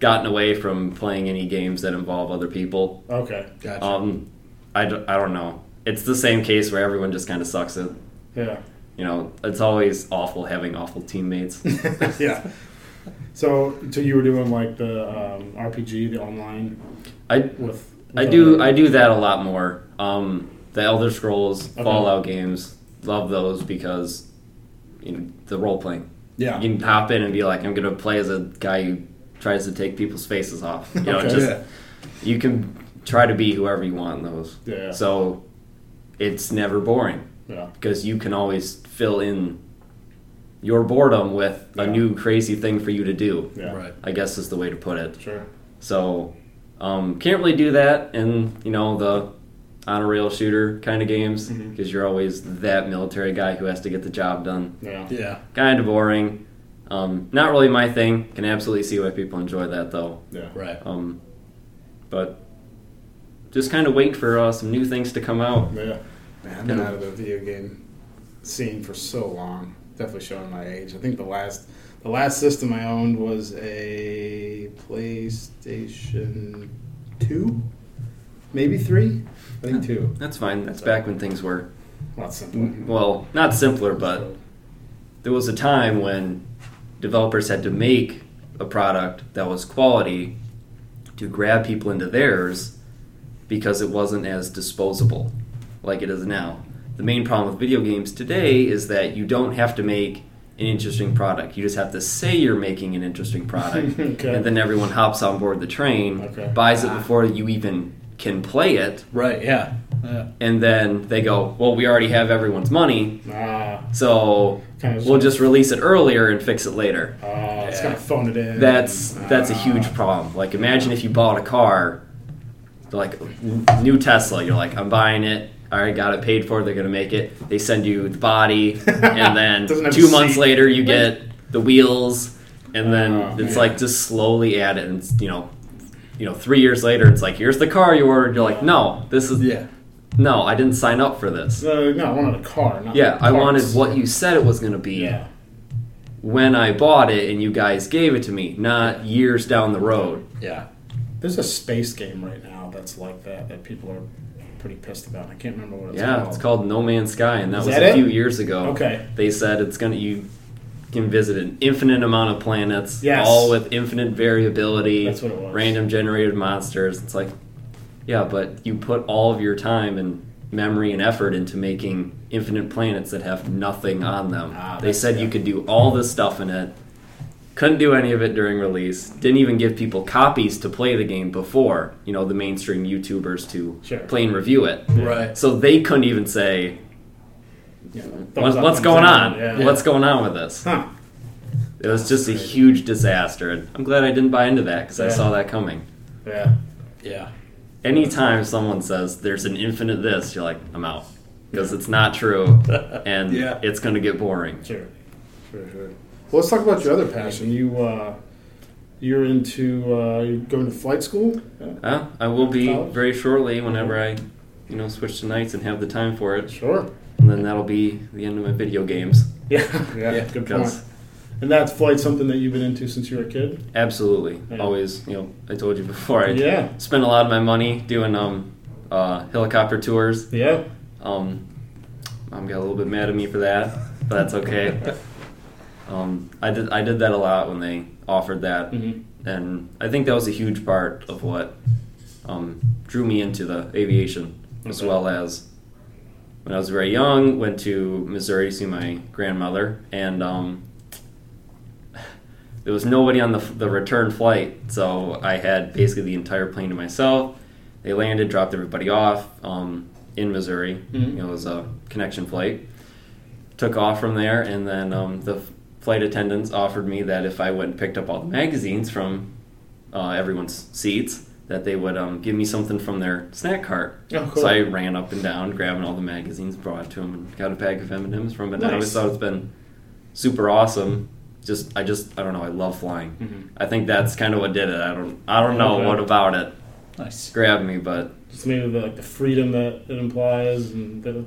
Speaker 5: gotten away from playing any games that involve other people.
Speaker 1: Okay.
Speaker 2: Gotcha.
Speaker 5: Um, I, d- I don't know. It's the same case where everyone just kind of sucks it.
Speaker 1: Yeah.
Speaker 5: You know, it's always awful having awful teammates.
Speaker 1: yeah. So, so you were doing like the um, RPG, the online
Speaker 5: I
Speaker 1: with.
Speaker 5: I do I do that a lot more. Um, the Elder Scrolls, Fallout games, love those because you know the role playing.
Speaker 1: Yeah.
Speaker 5: You can hop in and be like, I'm gonna play as a guy who tries to take people's faces off. You know,
Speaker 1: Okay.
Speaker 5: just
Speaker 1: Yeah.
Speaker 5: you can try to be whoever you want in those.
Speaker 1: Yeah.
Speaker 5: So it's never boring.
Speaker 1: Yeah.
Speaker 5: because you can always fill in your boredom with a
Speaker 1: Yeah.
Speaker 5: new crazy thing for you to do.
Speaker 1: Yeah.
Speaker 2: Right.
Speaker 5: I guess is the way to put it.
Speaker 1: Sure.
Speaker 5: So um, can't really do that in you know the on a rail shooter kind of games because
Speaker 1: Mhm.
Speaker 5: you're always that military guy who has to get the job done.
Speaker 1: Yeah.
Speaker 2: Yeah.
Speaker 5: Kind of boring. Um, not really my thing. Can absolutely see why people enjoy that though.
Speaker 1: Yeah.
Speaker 2: Right.
Speaker 5: Um, but just kind of wait for uh, some new things to come out.
Speaker 1: Yeah. Man, I've been
Speaker 5: Yeah.
Speaker 1: out of the video game scene for so long. Definitely showing my age. I think the last the last system I owned was a PlayStation two, maybe three. I think two.
Speaker 5: That's fine. That's back when things were
Speaker 1: A lot simpler.
Speaker 5: well, not simpler, but there was a time when developers had to make a product that was quality to grab people into theirs because it wasn't as disposable like it is now. The main problem with video games today is that you don't have to make an interesting product. You just have to say you're making an interesting product,
Speaker 1: Okay.
Speaker 5: and then everyone hops on board the train,
Speaker 1: Okay.
Speaker 5: buys it
Speaker 2: Ah.
Speaker 5: before you even can play it,
Speaker 2: Right. Yeah. Yeah.
Speaker 5: and then they go, "Well, we already have everyone's money,
Speaker 1: Ah,
Speaker 5: so
Speaker 1: Kind of-
Speaker 5: we'll just release it earlier and fix it later.
Speaker 1: ah, it's
Speaker 2: Yeah.
Speaker 1: kind of phone it in.
Speaker 5: That's that's a
Speaker 1: Ah.
Speaker 5: huge problem. Like imagine if you bought a car, like n- new Tesla. You're like, I'm buying it. All right, got it paid for. They're gonna make it. They send you the body, and then
Speaker 1: Doesn't have
Speaker 5: two
Speaker 1: a
Speaker 5: months
Speaker 1: seat.
Speaker 5: later you get the wheels, and then
Speaker 1: Oh,
Speaker 5: it's
Speaker 1: man.
Speaker 5: like just slowly add it. And it's, you know, you know, three years later, it's like here's the car you ordered. You're like, no, this is
Speaker 2: Yeah.
Speaker 5: no, I didn't sign up for this.
Speaker 1: So, no, I wanted a car. Not
Speaker 5: Yeah, I wanted
Speaker 1: parts.
Speaker 5: what you said it was gonna be
Speaker 1: Yeah.
Speaker 5: when I bought it and you guys gave it to me, not years down the road.
Speaker 2: Yeah.
Speaker 1: There's a space game right now that's like that that people are pretty pissed about. I can't remember what it's
Speaker 5: yeah,
Speaker 1: called.
Speaker 5: it's called No Man's Sky, and that
Speaker 1: Is
Speaker 5: was
Speaker 1: that
Speaker 5: a
Speaker 1: it?
Speaker 5: few years ago.
Speaker 1: Okay.
Speaker 5: They said it's gonna you can visit an infinite amount of planets,
Speaker 1: Yes.
Speaker 5: all with infinite variability,
Speaker 1: That's what it was.
Speaker 5: random generated monsters. It's like, yeah, but you put all of your time and memory and effort into making infinite planets that have nothing on them.
Speaker 1: Ah,
Speaker 5: they
Speaker 1: that's-
Speaker 5: said you could do all this stuff in it. Couldn't do any of it during release. Didn't even give people copies to play the game before, you know, the mainstream YouTubers to
Speaker 1: Sure.
Speaker 5: play and review it.
Speaker 2: Right.
Speaker 5: So they couldn't even say
Speaker 1: Yeah.
Speaker 5: what,
Speaker 1: Thumbs up,
Speaker 5: what's
Speaker 1: thumbs
Speaker 5: going
Speaker 1: down,
Speaker 5: on.
Speaker 1: Yeah.
Speaker 5: What's going on with this?
Speaker 1: Huh.
Speaker 5: It was just a huge disaster, and I'm glad I didn't buy into that because I
Speaker 1: Yeah.
Speaker 5: saw that coming.
Speaker 1: Yeah.
Speaker 2: Yeah.
Speaker 5: Anytime someone says there's an infinite this, you're like, I'm out because it's not true, and
Speaker 2: Yeah.
Speaker 5: it's going to get boring.
Speaker 1: Sure. Sure. Sure. Well, let's talk about your other passion. You uh, you're into uh, you're going to flight school. Yeah.
Speaker 5: Uh, I will be
Speaker 1: College?
Speaker 5: very shortly whenever I, you know, switch to nights and have the time for it,
Speaker 1: Sure.
Speaker 5: and then that'll be the end of my video games.
Speaker 1: Yeah. yeah.
Speaker 2: Yeah,
Speaker 1: Good point.
Speaker 5: Because
Speaker 1: And that's flight something that you've been into since you were a kid.
Speaker 5: absolutely,
Speaker 1: Yeah.
Speaker 5: always, you know, I told you before, I
Speaker 1: Yeah.
Speaker 5: spend a lot of my money doing um, uh, helicopter tours.
Speaker 1: Yeah.
Speaker 5: Um, mom got a little bit mad at me for that, but that's okay. um, I did I did that a lot when they offered that,
Speaker 3: Mm-hmm.
Speaker 1: Mhm.
Speaker 5: and I think that was a huge part of what um, drew me into the aviation, as
Speaker 1: Okay.
Speaker 5: well as when I was very young, went to Missouri to see my grandmother, and um, there was nobody on the, the return flight, so I had basically the entire plane to myself. They landed, dropped everybody off um, in Missouri.
Speaker 1: Mhm.
Speaker 5: It was a connection flight. Took off from there, and then um, the flight attendants offered me that if I went and picked up all the magazines from uh, everyone's seats, that they would um, give me something from their snack cart.
Speaker 1: Oh, cool.
Speaker 5: So I ran up and down, grabbing all the magazines, brought it to them, and got a pack of M&Ms from it. And I always
Speaker 1: Nice.
Speaker 5: thought it's been super awesome. Just I just I don't know. I love flying.
Speaker 1: Mm-hmm.
Speaker 5: I think that's kind of what did it. I don't I
Speaker 1: Oh,
Speaker 5: don't know
Speaker 3: Okay.
Speaker 5: what about it
Speaker 2: Nice.
Speaker 5: grabbed me, but
Speaker 3: Just maybe the, like the freedom that it implies, and the,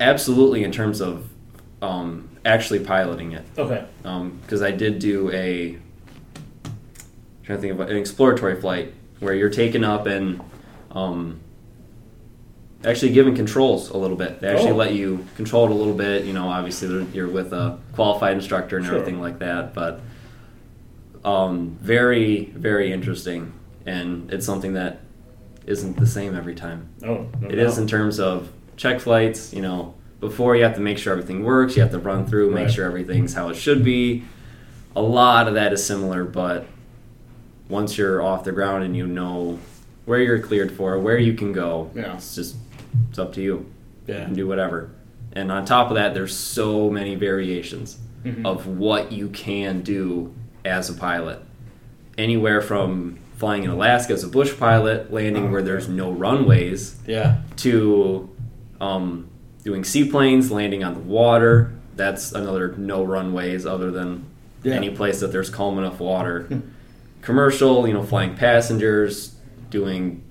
Speaker 5: absolutely in terms of um, actually piloting it.
Speaker 3: okay,
Speaker 5: because I did do a trying to think of an exploratory flight where you're taken up and um, actually given controls a little bit. They actually
Speaker 3: Oh.
Speaker 5: let you control it a little bit. You know, obviously they're- you're with a qualified instructor and
Speaker 3: Sure.
Speaker 5: everything like that, but um, very very interesting, and it's something that isn't the same every time.
Speaker 3: oh, no
Speaker 5: It
Speaker 3: doubt.
Speaker 5: is in terms of check flights, you know, before you have to make sure everything works, you have to run through, make
Speaker 3: Right.
Speaker 5: sure everything's how it should be. A lot of that is similar, but once you're off the ground and you know where you're cleared for, where you can go,
Speaker 1: Yeah.
Speaker 5: it's just it's up to you. You
Speaker 2: Yeah.
Speaker 5: can do whatever. And on top of that, there's so many variations of what you can do as a pilot. Anywhere from flying in Alaska as a bush pilot, landing where there's no runways,
Speaker 2: Yeah.
Speaker 5: to um, doing seaplanes, landing on the water. That's another no runways other than
Speaker 2: Yeah.
Speaker 5: any place that there's calm enough water. Commercial, you know, flying passengers, doing.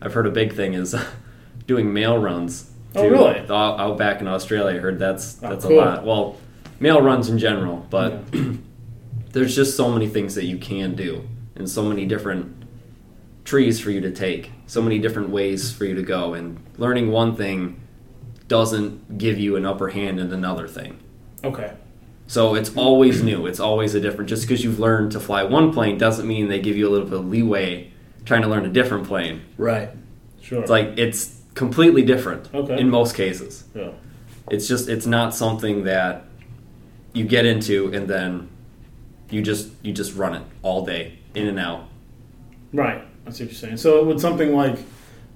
Speaker 5: I've heard a big thing is doing mail runs.
Speaker 3: Oh, really?
Speaker 5: the- Out, back in Australia, I heard that's
Speaker 3: Oh,
Speaker 5: that's
Speaker 3: cool.
Speaker 5: a lot. Well, mail runs in general, but there's just so many things that you can do, and so many different trees for you to take, so many different ways for you to go, and learning one thing doesn't give you an upper hand in another thing.
Speaker 3: okay,
Speaker 5: So it's always new. It's always a different. Just because you've learned to fly one plane doesn't mean they give you a little bit of leeway trying to learn a different plane.
Speaker 2: Right.
Speaker 3: sure,
Speaker 5: It's like it's completely different
Speaker 3: Okay.
Speaker 5: in most cases.
Speaker 3: yeah,
Speaker 5: It's just it's not something that you get into and then you just you just run it all day in and out.
Speaker 3: right. I see what you're saying. So would something like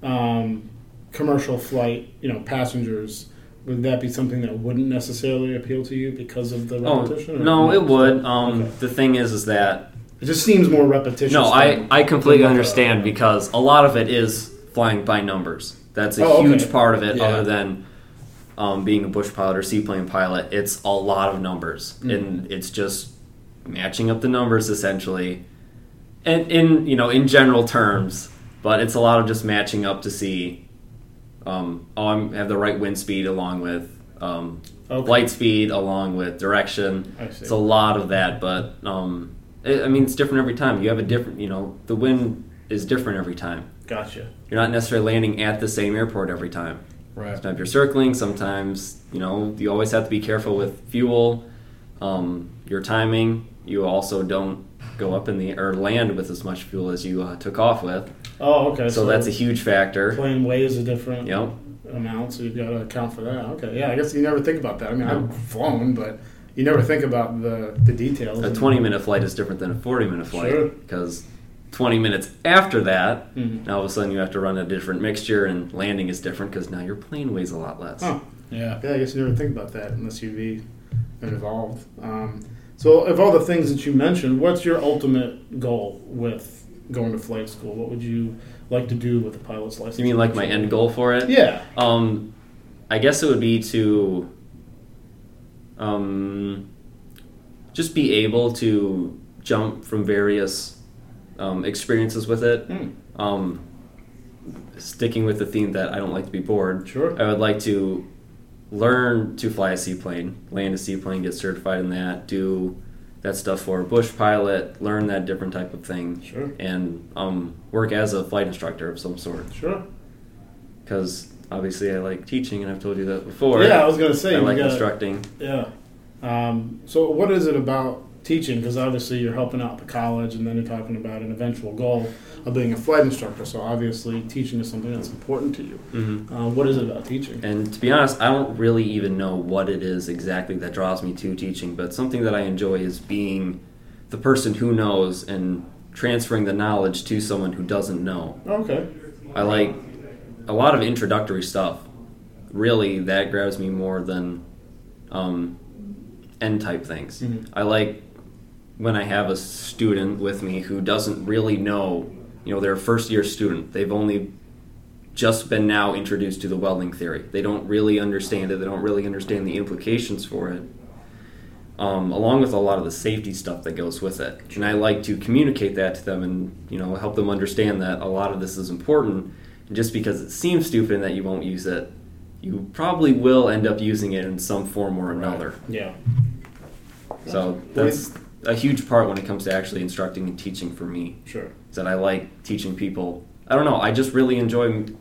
Speaker 3: um, commercial flight, you know, passengers, would that be something that wouldn't necessarily appeal to you because of the
Speaker 5: Oh
Speaker 3: repetition? or-
Speaker 5: no, it would. Um,
Speaker 3: Okay.
Speaker 5: The thing is, is that
Speaker 1: It just seems more repetitious.
Speaker 5: No, I,
Speaker 1: than-
Speaker 5: I completely
Speaker 3: Uh,
Speaker 1: than-
Speaker 5: understand because a lot of it is flying by numbers. That's a
Speaker 3: Oh, okay.
Speaker 5: huge part of it,
Speaker 2: Yeah.
Speaker 5: other than um, being a bush pilot or seaplane pilot. It's a lot of numbers,
Speaker 3: Hmm.
Speaker 5: and it's just matching up the numbers essentially, and in you know in general terms. But it's a lot of just matching up to see, um, oh, I'm have the right wind speed along with um,
Speaker 3: Okay.
Speaker 5: light speed along with direction.
Speaker 3: I see.
Speaker 5: It's a lot of that, but um, it, I mean, it's different every time. You have a different, you know, the wind is different every time.
Speaker 3: Gotcha.
Speaker 5: You're not necessarily landing at the same airport every time.
Speaker 2: Right.
Speaker 5: Sometimes you're circling. Sometimes you know you always have to be careful with fuel, um, your timing. You also don't go up in the or land with as much fuel as you uh, took off with.
Speaker 3: Oh, okay.
Speaker 5: So that's a huge factor.
Speaker 3: plane waves a different
Speaker 5: Yep.
Speaker 1: amount, so you've got to account for that. Okay, yeah, I guess you never think about that. I mean, I've flown, but you never think about the, the details.
Speaker 5: a 20 minute flight is different than a 40 minute
Speaker 3: Sure.
Speaker 5: flight because 20 minutes after that
Speaker 1: Hmm.
Speaker 3: Mhm.
Speaker 5: now all of a sudden you have to run a different mixture and landing is different because now your plane weighs a lot less
Speaker 1: Huh.
Speaker 2: Yeah.
Speaker 1: Yeah, I guess you never think about that unless you be involved. Um, so, of all the things that you mentioned,
Speaker 3: What's your ultimate goal with going to flight school? What would you like to do with a pilot's license?
Speaker 5: you mean like my end goal for it
Speaker 3: Yeah.
Speaker 5: um i guess it would be to um just be able to jump from various um, experiences with it
Speaker 1: Hmm.
Speaker 3: Mm.
Speaker 5: um, sticking with the theme that I don't like to be bored.
Speaker 3: Sure.
Speaker 5: I would like to learn to fly a seaplane, land a seaplane, get certified in that, do that stuff for a bush pilot, learn that different type of thing,
Speaker 3: Sure.
Speaker 5: and um, work as a flight instructor of some sort.
Speaker 3: Sure.
Speaker 5: Because obviously I like teaching, and I've told you that before.
Speaker 1: yeah, I was gonna say
Speaker 5: I
Speaker 1: you
Speaker 5: like
Speaker 1: gotta-
Speaker 5: instructing.
Speaker 3: Yeah. Um, so, what is it about teaching? Because obviously, you're helping out the college, and then you're talking about an eventual goal of being a flight instructor. So, obviously, teaching is something that's important to you.
Speaker 1: Mm-hmm.
Speaker 5: Mhm.
Speaker 3: Uh, what is it about teaching?
Speaker 5: And to be honest, I don't really even know what it is exactly that draws me to teaching, but something that I enjoy is being the person who knows and transferring the knowledge to someone who doesn't know.
Speaker 3: Okay.
Speaker 5: I like a lot of introductory stuff. Really, that grabs me more than um, N type things. I like when I have a student with me who doesn't really know, you know, they're a first year student. They've only just been now introduced to the welding theory. They don't really understand it. They don't really understand the implications for it, um, along with a lot of the safety stuff that goes with it. And I like to communicate that to them and you know help them understand that a lot of this is important. And just because it seems stupid and that you won't use it, you probably will end up using it in some form or another.
Speaker 3: Yeah.
Speaker 5: So that's a huge part when it comes to actually instructing and teaching for me.
Speaker 3: Sure.
Speaker 5: Is that I like teaching people. I don't know. I just really enjoy m-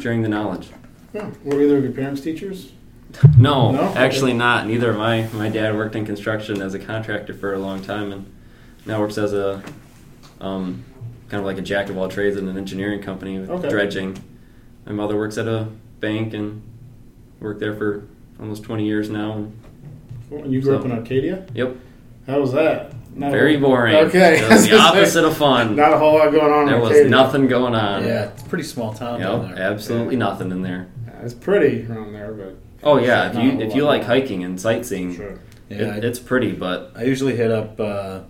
Speaker 5: sharing the knowledge.
Speaker 3: Yeah. Were either of your parents teachers?
Speaker 5: No,
Speaker 3: No?
Speaker 5: actually not. Neither of my my dad worked in construction as a contractor for a long time, and now works as a um, kind of like a jack of all trades in an engineering company with
Speaker 3: Okay.
Speaker 5: dredging. My mother works at a bank and worked there for almost 20 years now.
Speaker 3: Well, you grew up in Arcadia.
Speaker 5: Yep,
Speaker 3: How was that? Not a-
Speaker 5: very boring.
Speaker 3: Okay.
Speaker 5: it was the opposite of fun.
Speaker 3: Not a whole lot going on.
Speaker 5: There
Speaker 3: in
Speaker 5: was
Speaker 3: Arcadia.
Speaker 5: nothing going on.
Speaker 2: Yeah, it's a pretty small town down
Speaker 5: Yep,
Speaker 2: there.
Speaker 5: absolutely nothing in there.
Speaker 3: Yeah, It's pretty around there, but
Speaker 5: Oh yeah, if
Speaker 3: Not a
Speaker 5: you
Speaker 3: whole
Speaker 5: if you
Speaker 3: lot.
Speaker 5: like hiking and sightseeing,
Speaker 3: sure.
Speaker 5: it-
Speaker 2: Yeah, I-
Speaker 5: it's pretty. But
Speaker 2: I usually hit up uh,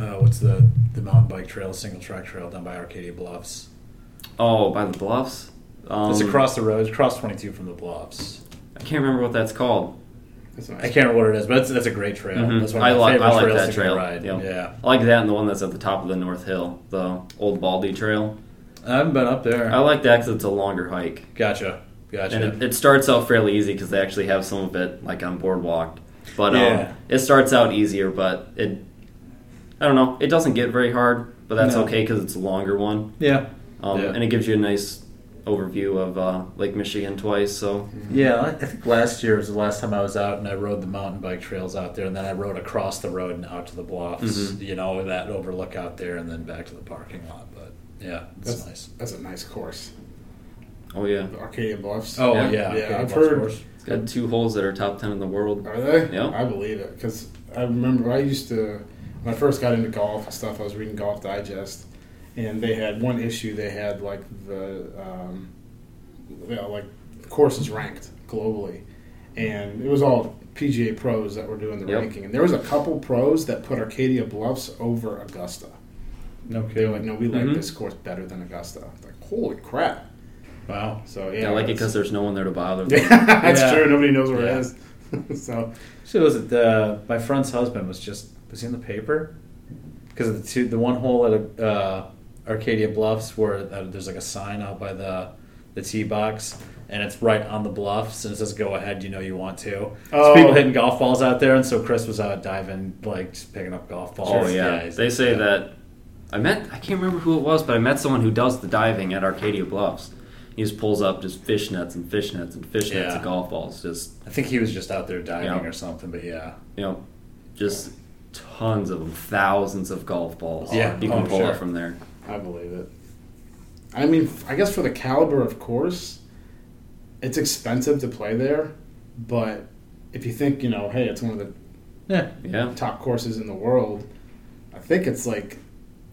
Speaker 2: uh, what's the the mountain bike trail, single track trail down by Arcadia Bluffs.
Speaker 5: oh, by the bluffs, um,
Speaker 2: it's across the road, it's cross twenty two from the Bluffs.
Speaker 5: I can't remember what that's called.
Speaker 3: That's
Speaker 2: I
Speaker 3: nice.
Speaker 2: can't remember what it is, but that's, that's a great trail.
Speaker 5: Mhm.
Speaker 2: That's one
Speaker 5: I
Speaker 2: of my
Speaker 5: like-
Speaker 2: favorite
Speaker 5: I like
Speaker 2: trails
Speaker 5: that
Speaker 2: to go
Speaker 5: trail.
Speaker 2: ride.
Speaker 5: Yep.
Speaker 2: Yeah,
Speaker 5: I like that and the one that's at the top of the North Hill, the old Baldy Trail.
Speaker 2: I haven't been up there.
Speaker 5: I like that because it's a longer hike,
Speaker 2: Gotcha, gotcha.
Speaker 5: and it, it starts out fairly easy because they actually have some of it like on boardwalk. But
Speaker 2: Yeah.
Speaker 5: um, it starts out easier, but it I don't know, it doesn't get very hard, but that's
Speaker 2: No.
Speaker 5: okay because it's a longer one.
Speaker 2: yeah,
Speaker 5: Um,
Speaker 2: Yeah.
Speaker 5: And it gives you a nice overview of uh, Lake Michigan twice. So
Speaker 2: yeah. I I think last year was the last time I was out, and I rode the mountain bike trails out there, and then I rode across the road and out to the bluffs.
Speaker 5: Mm-hmm.
Speaker 2: You know that overlook out there, and then back to the parking lot. But yeah, it's
Speaker 1: That's-
Speaker 2: nice.
Speaker 1: That's a nice course.
Speaker 5: oh yeah,
Speaker 1: The Arcadia Bluffs.
Speaker 2: Oh yeah,
Speaker 5: Yeah.
Speaker 1: Yeah,
Speaker 2: Arcadia
Speaker 1: I've
Speaker 2: Bluffs
Speaker 1: heard-
Speaker 2: course.
Speaker 5: it's got two holes that are top ten in the world.
Speaker 1: Are they?
Speaker 5: Yeah.
Speaker 1: I believe it because I remember I used to when I first got into golf and stuff. I was reading Golf Digest, and they had one issue. They had like the um, you know, like courses ranked globally, and it was all PGA pros that were doing the
Speaker 5: Yep.
Speaker 1: ranking. And there was a couple pros that put Arcadia Bluffs over Augusta.
Speaker 2: No
Speaker 1: They were
Speaker 2: kidding.
Speaker 1: like, "No, we like
Speaker 5: Mhm.
Speaker 1: this course better than Augusta." It's Like, holy crap!
Speaker 2: Wow.
Speaker 1: So yeah,
Speaker 5: Yeah, I like it
Speaker 1: it's-
Speaker 5: because there's no one there to bother. them.
Speaker 1: yeah, that's
Speaker 2: Yeah.
Speaker 1: true. Nobody knows where
Speaker 2: Yeah.
Speaker 1: it is. so
Speaker 2: So was it the my friend's husband was just was he in the paper because the two the one hole at uh, Arcadia Bluffs where uh, there's like a sign out by the the tee box and it's right on the bluffs and it says go ahead you know you want to.
Speaker 1: Oh.
Speaker 2: So people hitting golf balls out there and so Chris was out diving like just picking up golf balls.
Speaker 5: Oh yeah, they say
Speaker 2: yeah.
Speaker 5: that. I met I can't remember who it was, but I met someone who does the diving at Arcadia Bluffs. He just pulls up just fishnets and fishnets and fishnets
Speaker 2: Yeah.
Speaker 5: and golf balls. Just
Speaker 2: I think he was just out there diving
Speaker 5: Yeah.
Speaker 2: or something, but yeah.
Speaker 5: you know, just tons of them, thousands of golf balls.
Speaker 2: Yeah.
Speaker 5: you can
Speaker 2: Oh,
Speaker 5: pull
Speaker 2: sure.
Speaker 5: up from there.
Speaker 1: I believe it. I mean, f- I guess for the caliber of course, it's expensive to play there, but if you think, you know, hey, it's one of the
Speaker 2: Yeah.
Speaker 5: Yeah,
Speaker 1: top courses in the world, I think it's like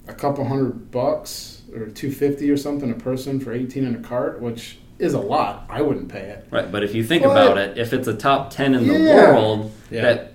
Speaker 1: a couple hundred bucks or 250 or something a person for 18 in a cart, which is a lot. I wouldn't pay it.
Speaker 5: right. But if you think
Speaker 1: But-
Speaker 5: about it, if it's a top ten in the
Speaker 1: Yeah.
Speaker 5: world,
Speaker 2: Yeah.
Speaker 5: that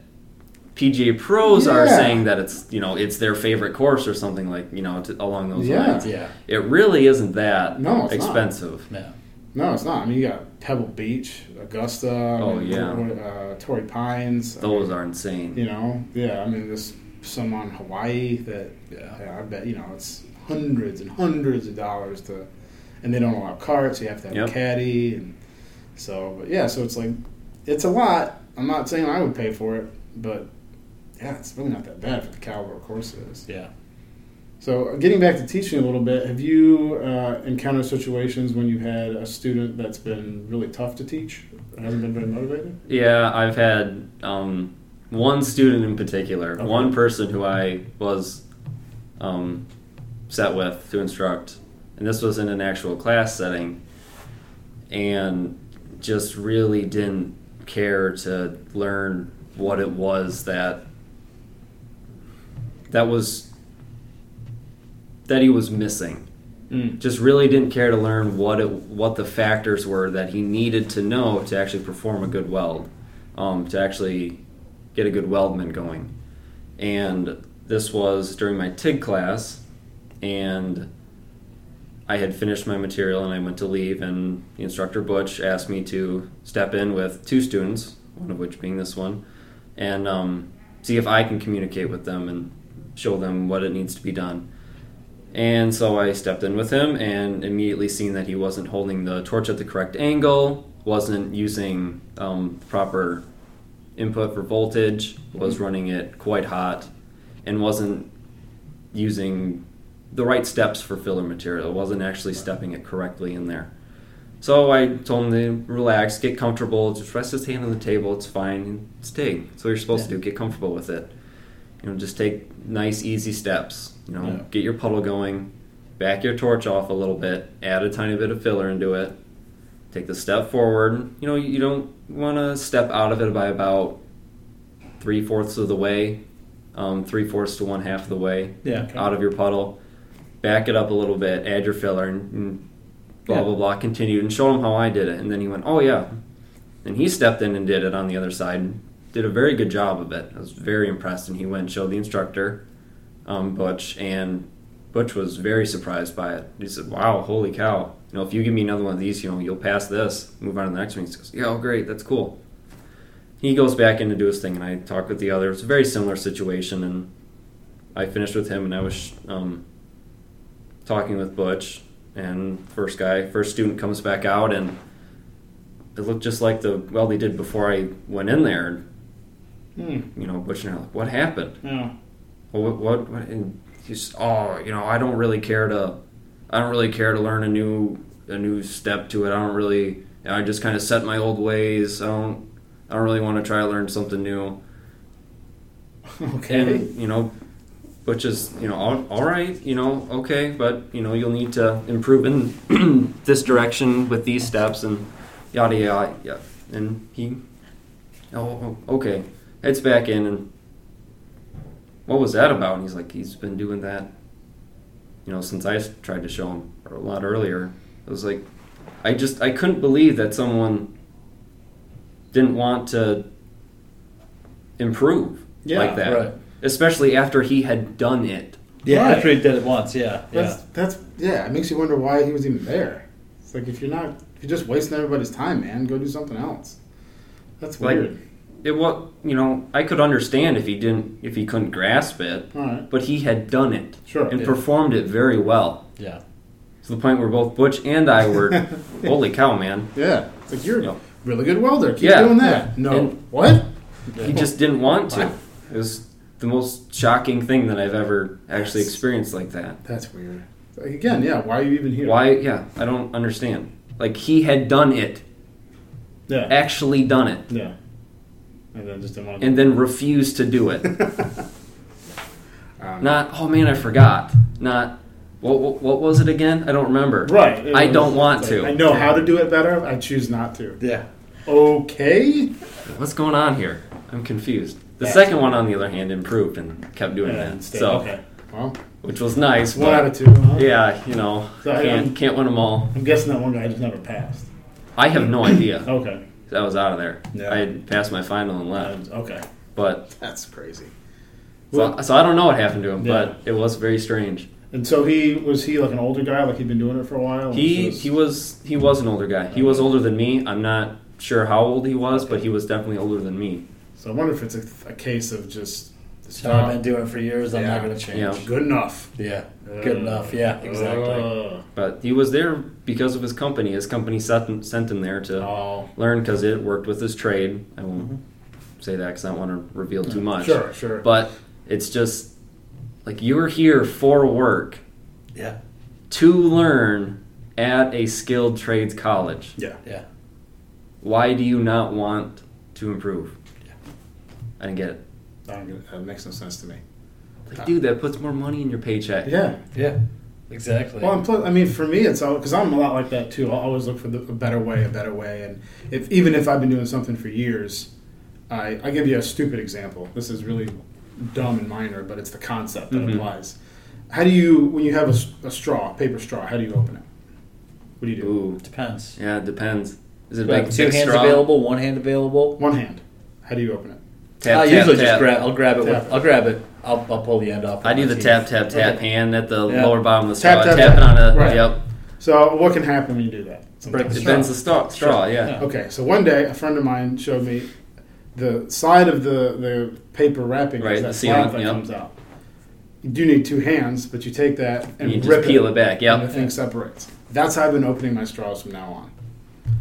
Speaker 5: PGA pros are
Speaker 1: Yeah.
Speaker 5: saying that it's you know it's their favorite course or something like you know to, along those
Speaker 1: Yeah.
Speaker 5: lines.
Speaker 2: Yeah.
Speaker 5: It really isn't that
Speaker 1: No, it's not.
Speaker 5: expensive.
Speaker 2: Yeah.
Speaker 1: No, it's not. I mean, you got Pebble Beach, Augusta, I
Speaker 5: Oh,
Speaker 1: mean,
Speaker 5: yeah.
Speaker 1: Tor- uh, Torrey Pines. I
Speaker 5: Those are insane.
Speaker 1: mean, you know, yeah, I mean, there's some on Hawaii that
Speaker 2: Yeah.
Speaker 1: Yeah, I bet you know it's hundreds and hundreds of dollars to, and they don't allow carts. You have to have
Speaker 5: Yep.
Speaker 1: a caddy, and so but yeah, so it's like it's a lot. I'm not saying I would pay for it, but yeah, it's really not that bad for the caliber of course it is.
Speaker 2: Yeah.
Speaker 1: So uh, getting back to teaching a little bit, have you uh, encountered situations when you had a student that's been really tough to teach, and hasn't been very motivated?
Speaker 5: Yeah, I've had um, one student in particular, one person who I was um, set with to instruct, and this was in an actual class setting, and just really didn't care to learn what it was that that was that he was missing just really didn't care to learn what it, what the factors were that he needed to know to actually perform a good weld, um, to actually get a good weldment going. And this was during my TIG class, and I had finished my material and I went to leave, and the instructor Butch asked me to step in with two students, one of which being this one, and um, see if I can communicate with them and show them what it needs to be done. And so I stepped in with him and immediately seen that he wasn't holding the torch at the correct angle, wasn't using um, proper input for voltage, was running it quite hot, and wasn't using the right steps for filler material. Wasn't actually stepping it correctly in there. So I told him to relax, get comfortable, just rest his hand on the table. It's fine. It's TIG. So you're supposed to do get comfortable with it. You know, just take nice, easy steps. You know,
Speaker 2: Yeah.
Speaker 5: get your puddle going, back your torch off a little bit, add a tiny bit of filler into it. Take the step forward. You know, you don't want to step out of it by about three fourths of the way, um, three fourths to one half of the way
Speaker 4: Yeah.
Speaker 5: out of your puddle, back it up a little bit, add your filler, and, and blah
Speaker 4: Yeah.
Speaker 5: blah blah. Continued and showed him how I did it, and then he went, "Oh yeah," and he stepped in and did it on the other side. and Did a very good job of it. I was very impressed, and he went and showed the instructor, um, Butch, and Butch was very surprised by it. He said, "Wow, holy cow! You know, if you give me another one of these, you know, you'll pass this. Move on to the next one." He goes, "Yeah, oh, great, that's cool." He goes back in to do his thing, and I talk with the other. It's a very similar situation, and I finished with him, and I was um, talking with Butch, and first guy, first student comes back out, and it looked just like the well they did before I went in there.
Speaker 3: Hmm.
Speaker 5: You know, Butch and I are like, "What happened?"
Speaker 3: Yeah.
Speaker 5: well, what, what, what and he's oh you know i don't really care to i don't really care to learn a new a new step to it i don't really i just kind of set my old ways i don't i don't really want to try to learn something new
Speaker 3: Okay.
Speaker 5: and you know which is you know all, all right you know okay but you know you'll need to improve in this direction with these steps and yada yada yada and he oh oh, okay heads back in and what was that about and he's like he's been doing that you know since i tried to show him a lot earlier it was like i just i couldn't believe that someone didn't want to improve
Speaker 3: Yeah,
Speaker 5: like that
Speaker 2: right.
Speaker 5: especially after he had done it
Speaker 2: Yeah,
Speaker 1: Right.
Speaker 2: after he did it once, yeah, yeah.
Speaker 1: That's, that's yeah. It makes you wonder why he was even there. It's like if you're not, if you're just wasting everybody's time, man, go do something else. That's
Speaker 5: Like-
Speaker 1: weird.
Speaker 5: it was you know i could understand if he didn't if he couldn't grasp it
Speaker 1: All right,
Speaker 5: but he had done it
Speaker 1: sure.
Speaker 5: and performed it very well
Speaker 2: Yeah.
Speaker 5: to the point where both butch and i were holy cow man
Speaker 1: yeah, it's like you're
Speaker 5: Yeah.
Speaker 1: a really good welder. Keep
Speaker 5: Yeah.
Speaker 1: doing that. No,
Speaker 5: And-
Speaker 1: what?
Speaker 5: He just didn't want to. It was the most shocking thing that I've ever actually experienced like that.
Speaker 1: That's weird. Like, again, yeah. Why are you even here?
Speaker 5: Why? Yeah, I don't understand. Like he had done it,
Speaker 3: Yeah.
Speaker 5: actually done it,
Speaker 3: Yeah. And then just didn't want to.
Speaker 5: and then refused to do it.
Speaker 1: Um,
Speaker 5: Not, oh man, I forgot. Not, what, what, what was it again? I don't remember.
Speaker 3: right. It
Speaker 5: I
Speaker 3: was-
Speaker 5: don't want
Speaker 3: it's like,
Speaker 5: to.
Speaker 1: I know how to do it better. I choose not to.
Speaker 2: Yeah.
Speaker 1: Okay.
Speaker 5: What's going on here? I'm confused. The
Speaker 3: Yeah.
Speaker 5: second one, on the other hand, improved and kept doing
Speaker 3: Yeah,
Speaker 5: that.
Speaker 3: instead.
Speaker 5: So,
Speaker 3: okay.
Speaker 1: Well,
Speaker 5: which was nice.
Speaker 1: one out
Speaker 5: But,
Speaker 1: of two. Huh?
Speaker 5: yeah, you know,
Speaker 3: So I am-
Speaker 5: can't, can't win them all.
Speaker 3: I'm guessing that one guy just never passed.
Speaker 5: I have no idea.
Speaker 3: Okay.
Speaker 5: I was out of there.
Speaker 3: Yeah.
Speaker 5: I had passed my final and left.
Speaker 3: Uh, okay.
Speaker 5: But
Speaker 1: That's crazy.
Speaker 5: so, so I don't know what happened to him,
Speaker 3: Yeah.
Speaker 5: but it was very strange.
Speaker 3: And so he was he like an older guy, like he'd been doing it for a while. and
Speaker 5: He
Speaker 3: was-
Speaker 5: he was he was an older guy. He was older than me. I'm not sure how old he was, but he was definitely older than me.
Speaker 1: So I wonder if it's a, a case of just this
Speaker 2: So I've
Speaker 1: job
Speaker 2: been doing it for years. I'm
Speaker 1: Yeah.
Speaker 2: not going to change.
Speaker 5: Yeah.
Speaker 1: good enough.
Speaker 2: Yeah. Good
Speaker 3: Uh,
Speaker 2: enough. Yeah, exactly.
Speaker 3: uh,
Speaker 5: But he was there because of his company. His company sent him, sent him there
Speaker 1: Uh,
Speaker 5: to
Speaker 3: oh.
Speaker 5: learn because it worked with his trade. I won't
Speaker 2: Mm-hmm.
Speaker 5: say that because I don't want to reveal too much.
Speaker 1: Sure, sure.
Speaker 5: But it's just like you were here for work
Speaker 2: Yeah.
Speaker 5: to learn at a skilled trades college.
Speaker 2: Yeah.
Speaker 5: Why do you not want to improve? I didn't get it.
Speaker 1: I don't get it. That makes no sense to me.
Speaker 5: Like, dude, that puts more money in your paycheck.
Speaker 1: Yeah.
Speaker 2: Uh. Yeah. Exactly.
Speaker 1: Well,
Speaker 2: Well,
Speaker 1: and plus, I mean, for me, it's all because I'm a lot like that too. I always look for the, a better way, a better way, and if even if I've been doing something for years, I I give you a stupid example. This is really dumb and minor, but it's the concept that
Speaker 5: Mhm.
Speaker 1: applies. How do you when you have a s- a, straw, paper straw? How do you open it? What do you do?
Speaker 5: Ooh,
Speaker 2: depends.
Speaker 5: yeah, it depends. Is it
Speaker 2: Like
Speaker 5: big,
Speaker 2: two
Speaker 5: big
Speaker 2: hands
Speaker 5: straw?
Speaker 2: available, one hand available.
Speaker 1: One hand. How do you open it?
Speaker 5: tap
Speaker 2: I
Speaker 5: tap
Speaker 2: Uh, usually just
Speaker 5: tap.
Speaker 2: grab. I'll grab it.
Speaker 1: Tap.
Speaker 2: With, I'll grab it. I'll, I'll pull the end off. with
Speaker 5: I do
Speaker 2: my
Speaker 5: the
Speaker 2: teeth.
Speaker 5: tap tap tap hand at the
Speaker 2: Yeah.
Speaker 5: lower bottom of the
Speaker 1: Tap,
Speaker 5: straw.
Speaker 1: tap,
Speaker 5: Tap, it on a
Speaker 1: Right.
Speaker 5: yep.
Speaker 1: So what can happen when you do that?
Speaker 2: Break the
Speaker 5: It
Speaker 2: straw.
Speaker 5: bends the straw. Straw. Yeah.
Speaker 2: Yeah.
Speaker 1: Okay, so one day a friend of mine showed me the side of the, the paper wrapping
Speaker 5: Right,
Speaker 1: is
Speaker 5: the
Speaker 1: that
Speaker 5: sealant,
Speaker 1: flap that
Speaker 5: yeah.
Speaker 1: comes out. You do need two hands, but you take that and
Speaker 5: You just
Speaker 1: rip
Speaker 5: peel it back, yeah.
Speaker 1: and the thing separates. That's how I've been opening my straws from now on.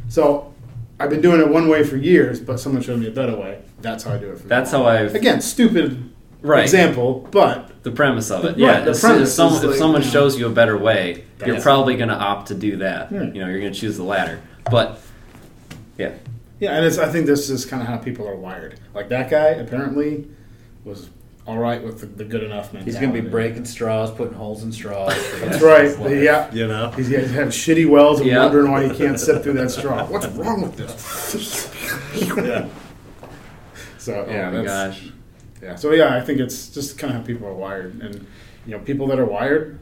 Speaker 1: So I've been doing it one way for years, but someone showed me a better way. That's how I do it. From
Speaker 5: That's
Speaker 1: now
Speaker 5: how
Speaker 1: on.
Speaker 5: I've
Speaker 1: Again, stupid
Speaker 5: Right.
Speaker 1: example, but
Speaker 5: the premise of it.
Speaker 1: Right,
Speaker 5: Yeah.
Speaker 1: the
Speaker 5: If- if,
Speaker 1: premise
Speaker 5: some,
Speaker 1: is
Speaker 5: if
Speaker 1: like,
Speaker 5: someone
Speaker 1: you know-
Speaker 5: shows you a better way, you're
Speaker 2: Yeah.
Speaker 5: probably going to opt to do that.
Speaker 1: Hmm.
Speaker 5: You know, you're going to choose the latter. But yeah,
Speaker 1: yeah, and it's, I think this is kind of how people are wired. Like that guy apparently was all right with the, the good enough mentality.
Speaker 2: He's gonna be breaking straws, putting holes in straws.
Speaker 1: That's right. Yeah.
Speaker 2: You know.
Speaker 1: He's got- he's having shitty wells and
Speaker 5: Yeah.
Speaker 1: wondering why he can't sip through that straw. What's wrong with this?
Speaker 2: Yeah.
Speaker 1: So
Speaker 5: oh
Speaker 1: yeah,
Speaker 5: my
Speaker 1: that's,
Speaker 5: gosh,
Speaker 1: yeah. So yeah, I think it's just kind of how people are wired, and you know, people that are wired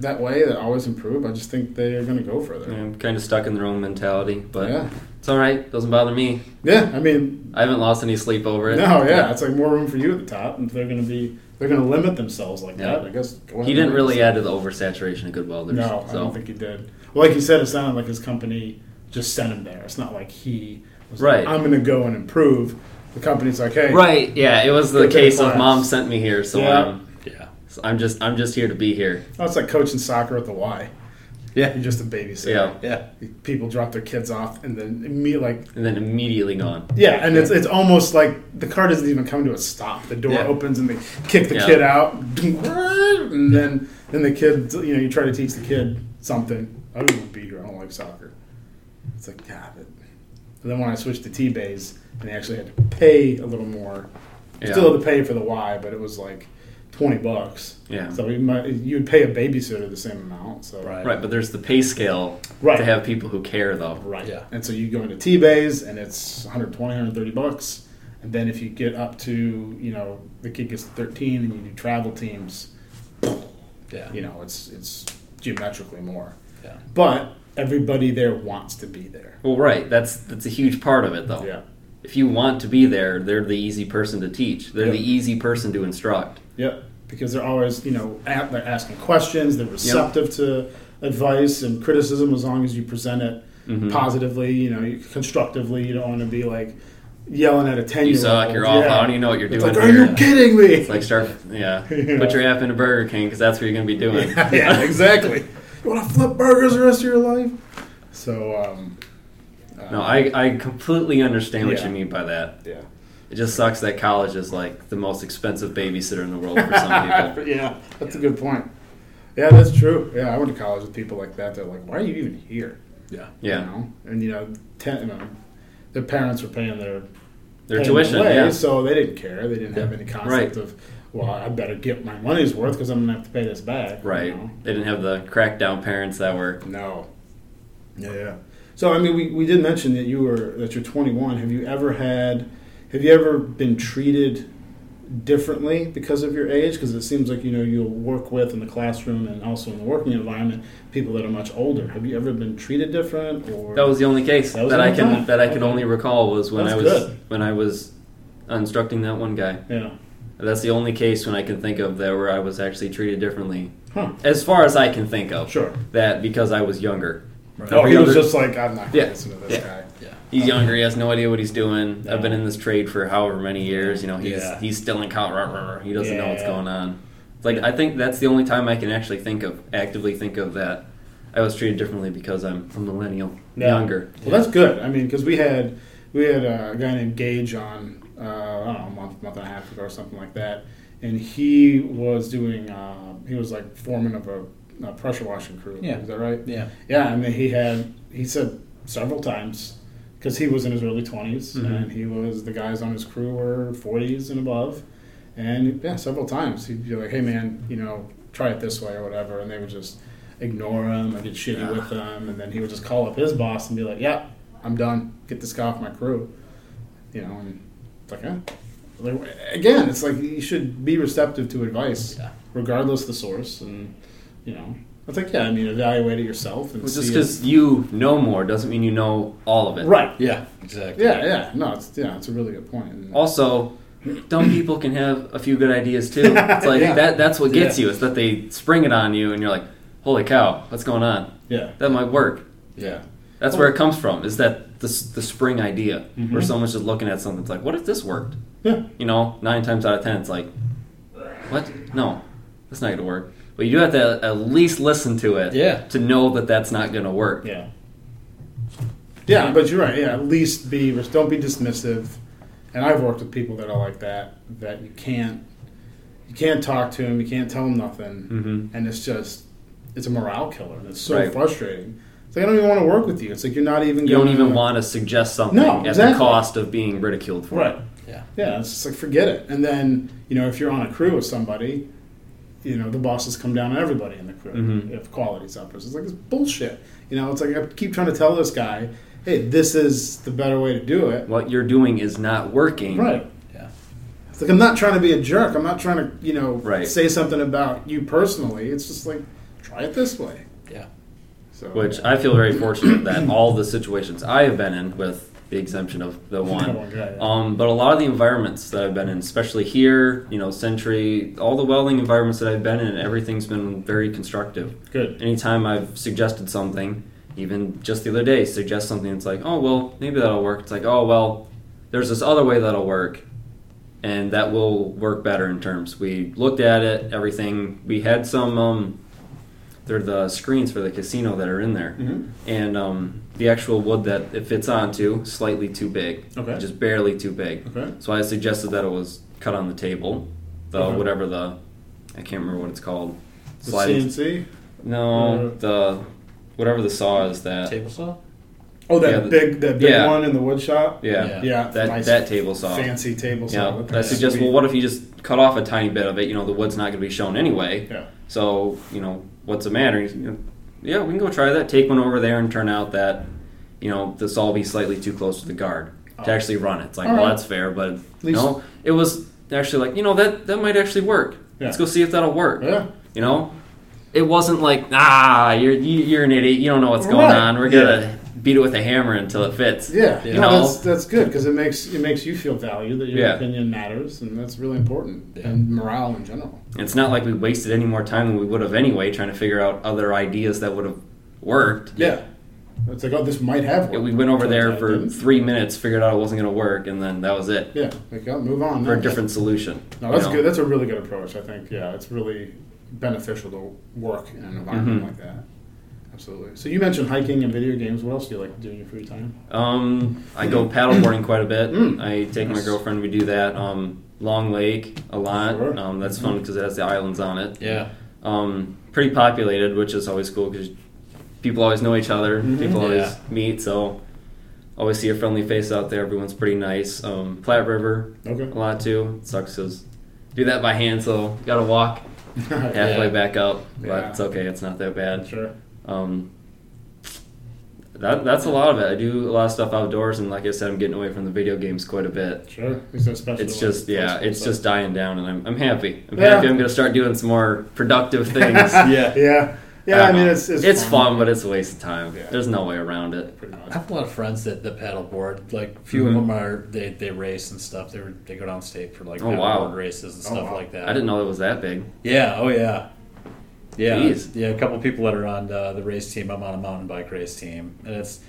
Speaker 1: that way that always improve. I just think they are going to go further.
Speaker 5: I'm kind of stuck in their own mentality, but
Speaker 1: Yeah.
Speaker 5: it's all right. Doesn't bother me.
Speaker 1: Yeah, I mean,
Speaker 5: I haven't lost any sleep over it.
Speaker 1: no, yeah, it's like more room for you at the top, and if they're going to be they're going to limit themselves like
Speaker 5: Yeah.
Speaker 1: that. I guess go ahead
Speaker 5: He didn't
Speaker 1: and-
Speaker 5: really add to the oversaturation of good welders.
Speaker 1: No, I
Speaker 5: so
Speaker 1: don't think he did. Well, like you said, it sounded like his company just sent him there. It's not like he was
Speaker 5: Right.
Speaker 1: like, I'm going to go and improve. The company's like, hey,
Speaker 5: right, yeah, it was the
Speaker 1: Good
Speaker 5: case of
Speaker 1: class.
Speaker 5: mom sent me here, so um,
Speaker 1: Yeah.
Speaker 5: I'm,
Speaker 2: Yeah.
Speaker 5: so I'm just I'm just here to be here.
Speaker 1: Oh, it's like coaching soccer at the Y.
Speaker 5: Yeah.
Speaker 1: You're just a babysitter.
Speaker 5: Yeah.
Speaker 2: Yeah.
Speaker 1: People drop their kids off and then immediately, like,
Speaker 5: and then immediately gone.
Speaker 1: yeah, and it's it's almost like the car doesn't even come to a stop. The door
Speaker 5: Yeah.
Speaker 1: opens and they kick the
Speaker 5: Yeah.
Speaker 1: kid out, and then then the kid, you know, you try to teach the kid something. I don't even be here. I don't like soccer. It's like God. But and then when I switched to T Bays, and they actually had to pay a little more.
Speaker 5: Yeah.
Speaker 1: Still had to pay for the Y, but it was like twenty bucks.
Speaker 5: Yeah.
Speaker 1: So you might, you'd pay a babysitter the same amount. So
Speaker 2: Right.
Speaker 5: Right, but there's the pay scale
Speaker 1: Right.
Speaker 5: to have people who care though.
Speaker 1: Right.
Speaker 2: Yeah.
Speaker 1: And so you go into T Bays and it's 120, 130 bucks. And then if you get up to, you know, the kid gets 13 and you do travel teams,
Speaker 2: Yeah.
Speaker 1: you know, it's it's geometrically more.
Speaker 2: Yeah.
Speaker 1: But everybody there wants to be there.
Speaker 5: Well, right, that's that's a huge part of it though.
Speaker 1: Yeah.
Speaker 5: If you want to be there, they're the easy person to teach. They're
Speaker 1: Yeah.
Speaker 5: the easy person to instruct.
Speaker 1: Yep. Because they're always, you know, at, they're asking questions, they're receptive to advice and criticism as long as you present it
Speaker 5: Mm-hmm.
Speaker 1: positively, you know, you, constructively. You don't want to be like yelling at a 10
Speaker 5: You
Speaker 1: year old.
Speaker 5: suck. You're off. I don't even know what you're
Speaker 1: It's
Speaker 5: doing
Speaker 1: like, are
Speaker 5: here.
Speaker 1: you kidding me?
Speaker 5: It's like start, yeah.
Speaker 1: Yeah.
Speaker 5: Put your app into Burger King because that's what you're going to be doing.
Speaker 1: yeah, exactly. You want to flip burgers the rest of your life? So, um,
Speaker 5: No, I, I completely understand what
Speaker 1: Yeah.
Speaker 5: you mean by that.
Speaker 1: yeah.
Speaker 5: It just sucks that college is like the most expensive babysitter in the world for some people.
Speaker 1: yeah, that's a good point. Yeah, that's true. Yeah, I went to college with people like that. They're like, why are you even here?
Speaker 2: Yeah.
Speaker 1: You
Speaker 5: Yeah,
Speaker 1: know? And, you know, ten, you know, their parents were paying their,
Speaker 5: their
Speaker 1: paying
Speaker 5: tuition.
Speaker 1: way,
Speaker 5: Yeah,
Speaker 1: So they didn't care. They didn't have any
Speaker 5: Right.
Speaker 1: concept of, well, I better get my money's worth because I'm going to have to pay this back. you
Speaker 5: right.
Speaker 1: know?
Speaker 5: They didn't have the crackdown parents that were
Speaker 1: No. Yeah, yeah. So I mean, we, we did mention that you were that you're 21. Have you ever had? Have you ever been treated differently because of your age? Because it seems like you know you'll work with in the classroom and also in the working environment people that are much older. Have you ever been treated different? Or
Speaker 5: That was the only case
Speaker 1: That
Speaker 5: that,
Speaker 1: was the
Speaker 5: I
Speaker 1: only
Speaker 5: can
Speaker 1: time.
Speaker 5: that I can
Speaker 1: Okay.
Speaker 5: only recall was when
Speaker 1: That's
Speaker 5: I was
Speaker 1: good.
Speaker 5: when I was instructing that one guy.
Speaker 1: yeah,
Speaker 5: That's the only case when I can think of that where I was actually treated differently,
Speaker 1: huh?
Speaker 5: as far as I can think of.
Speaker 1: Sure.
Speaker 5: That because I was younger.
Speaker 2: Right.
Speaker 1: No,
Speaker 5: Every
Speaker 1: he was
Speaker 5: other-
Speaker 1: just like I'm not going to
Speaker 5: Yeah.
Speaker 1: listen to this
Speaker 5: Yeah.
Speaker 1: guy.
Speaker 2: Yeah.
Speaker 5: He's younger. He has no idea what he's doing. I've been in this trade for however many years. You know, he's
Speaker 2: Yeah.
Speaker 5: he's still in Colorado. He doesn't know what's
Speaker 1: Yeah.
Speaker 5: going on. It's Like I think that's the only time I can actually think of actively think of that I was treated differently because I'm a millennial,
Speaker 1: Yeah.
Speaker 5: younger.
Speaker 1: Well, that's good. I mean, because we had we had a guy named Gage on uh, I don't know a month, month and a half ago or something like that, and he was doing uh, he was like foreman of a, a pressure washing crew.
Speaker 2: Yeah.
Speaker 1: is that right?
Speaker 2: Yeah.
Speaker 1: Yeah, I mean, he had he said several times because he was in his early 20s and he was the guys on his crew were forties and above, and yeah, several times he'd be like, "Hey, man, you know, try it this way or whatever," and they would just ignore him or get shitty with him, and then he would just call up his boss and be like, "Yeah, I'm done. Get this guy off my crew," you know, and it's like, eh. Like, again, it's like you should be receptive to advice,
Speaker 2: Yeah.
Speaker 1: regardless the source, and you know, I think yeah, I mean, evaluate it yourself and
Speaker 5: Well,
Speaker 1: see
Speaker 5: just
Speaker 1: if-
Speaker 5: because you know more doesn't mean you know all of it.
Speaker 1: right?
Speaker 2: Yeah. Exactly.
Speaker 1: Yeah, yeah, no, it's yeah, it's a really good point. And
Speaker 5: Also, dumb people can have a few good ideas too. It's like
Speaker 6: Yeah.
Speaker 5: that that's what gets
Speaker 2: Yeah.
Speaker 5: you, is that they spring it on you and you're like, Holy cow, what's going on?
Speaker 1: Yeah.
Speaker 5: That might work.
Speaker 2: Yeah.
Speaker 5: That's where it comes from, is that the, s- the spring idea, where someone's just looking at something, it's like, what if this worked?
Speaker 1: Yeah.
Speaker 5: You know, nine times out of ten, it's like, what? No, that's not going to work. But you do have to at least listen to it
Speaker 2: Yeah.
Speaker 5: to know that that's not going to work.
Speaker 1: Yeah. Yeah, but you're right. Yeah, at least be don't be dismissive. And I've worked with people that are like that. That you can't you can't talk to them. You can't tell them nothing.
Speaker 5: Mhm.
Speaker 1: And it's just it's a morale killer, and it's so
Speaker 5: Right.
Speaker 1: frustrating. It's like I don't even want to work with you. It's like you're not even.
Speaker 5: You don't
Speaker 1: gonna-
Speaker 5: even want to suggest something
Speaker 1: No,
Speaker 5: at the
Speaker 1: exactly.
Speaker 5: cost of being ridiculed for
Speaker 1: Right.
Speaker 5: it.
Speaker 2: Yeah.
Speaker 1: Yeah, it's just like forget it. And then you know, if you're on a crew with somebody, you know the bosses come down on everybody in the crew
Speaker 5: Mhm.
Speaker 1: if quality's up. It's like it's bullshit. You know, it's like I keep trying to tell this guy, hey, this is the better way to do it.
Speaker 5: What you're doing is not working.
Speaker 1: Right.
Speaker 2: Yeah.
Speaker 1: It's like I'm not trying to be a jerk. I'm not trying to you know
Speaker 5: Right.
Speaker 1: say something about you personally. It's just like try it this way.
Speaker 2: Yeah.
Speaker 1: So
Speaker 5: Which I feel very fortunate that all the situations I have been in, with the exemption of the one,
Speaker 1: Come on, yeah, yeah.
Speaker 5: Um, but a lot of the environments that I've been in, especially here, you know, Century, all the welding environments that I've been in, everything's been very constructive.
Speaker 1: Good.
Speaker 5: Anytime I've suggested something, even just the other day, suggest something, it's like, oh, well, maybe that'll work. It's like, oh, well, there's this other way that'll work, and that will work better in terms. We looked at it, everything. We had some, um, they're the screens for the casino that are in there
Speaker 1: Mhm.
Speaker 5: and um, the actual wood that it fits onto slightly too big,
Speaker 1: Okay.
Speaker 5: just barely too big.
Speaker 1: Mm-hmm. Okay.
Speaker 5: So I suggested that it was cut on the table, the
Speaker 1: Okay.
Speaker 5: whatever the I can't remember what it's called.
Speaker 1: Mm-hmm. The
Speaker 5: Sliding.
Speaker 1: CNC.
Speaker 5: No,
Speaker 1: Uh,
Speaker 5: the whatever the saw is that.
Speaker 2: Table saw?
Speaker 1: Oh, that
Speaker 5: Yeah, the-
Speaker 1: big that big
Speaker 5: yeah.
Speaker 1: one in the wood shop.
Speaker 5: Yeah,
Speaker 1: Yeah.
Speaker 5: that
Speaker 1: nice
Speaker 5: that table saw.
Speaker 1: Fancy table saw.
Speaker 5: Yeah,
Speaker 1: Look at
Speaker 5: I
Speaker 1: that.
Speaker 5: suggest.
Speaker 1: Sweet.
Speaker 5: Well, what if you just cut off a tiny bit of it? You know, the wood's not going to be shown anyway.
Speaker 1: Yeah.
Speaker 5: So, you know, what's the matter? He's, you know, yeah, we can go try that. Take one over there and turn out that, you know, this all be slightly too close to the guard to
Speaker 1: Oh.
Speaker 5: actually run it. It's like,
Speaker 1: All
Speaker 5: well,
Speaker 1: right.
Speaker 5: that's fair, but
Speaker 1: least-
Speaker 5: no, it was actually like, you know, that that might actually work.
Speaker 1: Yeah.
Speaker 5: Let's go see if that'll work.
Speaker 1: Yeah.
Speaker 5: You know, it wasn't like, ah, you're you- you're an idiot. You don't know what's going
Speaker 1: Right.
Speaker 5: on. We're gonna beat it with a hammer until it fits.
Speaker 1: Yeah,
Speaker 5: You
Speaker 1: no,
Speaker 5: know?
Speaker 1: that's that's good because it makes it makes you feel valued that your
Speaker 5: Yeah.
Speaker 1: opinion matters, and that's really important
Speaker 2: Yeah.
Speaker 1: and morale in general.
Speaker 5: It's not like we wasted any more time than we would have anyway trying to figure out other ideas that would have worked.
Speaker 1: Yeah, it's like oh, this might have.
Speaker 5: Yeah,
Speaker 1: Worked.
Speaker 5: we went over there for
Speaker 1: Didn't.
Speaker 5: three minutes, figured out it wasn't going to work, and then that was it
Speaker 1: Yeah, like oh, move on
Speaker 5: for a
Speaker 1: now.
Speaker 5: different solution.
Speaker 1: No,
Speaker 5: you
Speaker 1: that's
Speaker 5: know?
Speaker 1: good. That's a really good approach. I think. Yeah, it's really beneficial to work in an environment
Speaker 5: Mhm.
Speaker 1: like that. Absolutely. So you mentioned hiking and video games. What else do you like to do in your free time?
Speaker 5: Um, I go paddleboarding quite a bit.
Speaker 1: Mm.
Speaker 5: I take my
Speaker 1: Nice.
Speaker 5: girlfriend. We do that. Um, Long Lake a lot.
Speaker 1: Sure. Mm-hmm.
Speaker 5: Um, that's fun because it has the islands on it.
Speaker 2: Yeah.
Speaker 5: Um, pretty populated, which is always cool because people always know each other.
Speaker 1: Mhm.
Speaker 5: People always
Speaker 2: Yeah.
Speaker 5: meet, so always see a friendly face out there. Everyone's pretty nice. Um, Platte River
Speaker 1: Okay.
Speaker 5: a lot too. It sucks 'cause do that by hand, so gotta walk. halfway
Speaker 2: Yeah.
Speaker 5: back up, but
Speaker 1: Yeah.
Speaker 5: it's okay. It's not that bad.
Speaker 1: Sure.
Speaker 5: Um, that that's a lot of it. I do a lot of stuff outdoors, and like I said, I'm getting away from the video games quite a bit.
Speaker 1: Sure. At least that's special.
Speaker 5: It's just yeah, it's just dying down, and I'm I'm happy. I'm
Speaker 1: Yeah.
Speaker 5: happy. I'm gonna start doing some more productive things.
Speaker 2: Yeah.
Speaker 1: Yeah. Yeah. I
Speaker 5: don't
Speaker 1: mean,
Speaker 5: know.
Speaker 1: it's it's,
Speaker 5: fun. but it's a waste of time.
Speaker 1: Yeah.
Speaker 5: There's no way around it.
Speaker 1: Pretty much.
Speaker 2: I have a lot of friends that, that paddleboard. Like, few
Speaker 5: Mhm.
Speaker 2: of them are they, they race and stuff. They were, they go downstate for like
Speaker 5: Oh,
Speaker 2: paddleboard
Speaker 5: wow.
Speaker 2: races and
Speaker 1: Oh,
Speaker 2: stuff
Speaker 1: wow.
Speaker 2: like that.
Speaker 5: I didn't know it was that big.
Speaker 2: Yeah. Oh yeah. Yeah.
Speaker 5: Jeez.
Speaker 2: Yeah. A couple people that are on uh, the race team. I'm on a mountain bike race team, and it's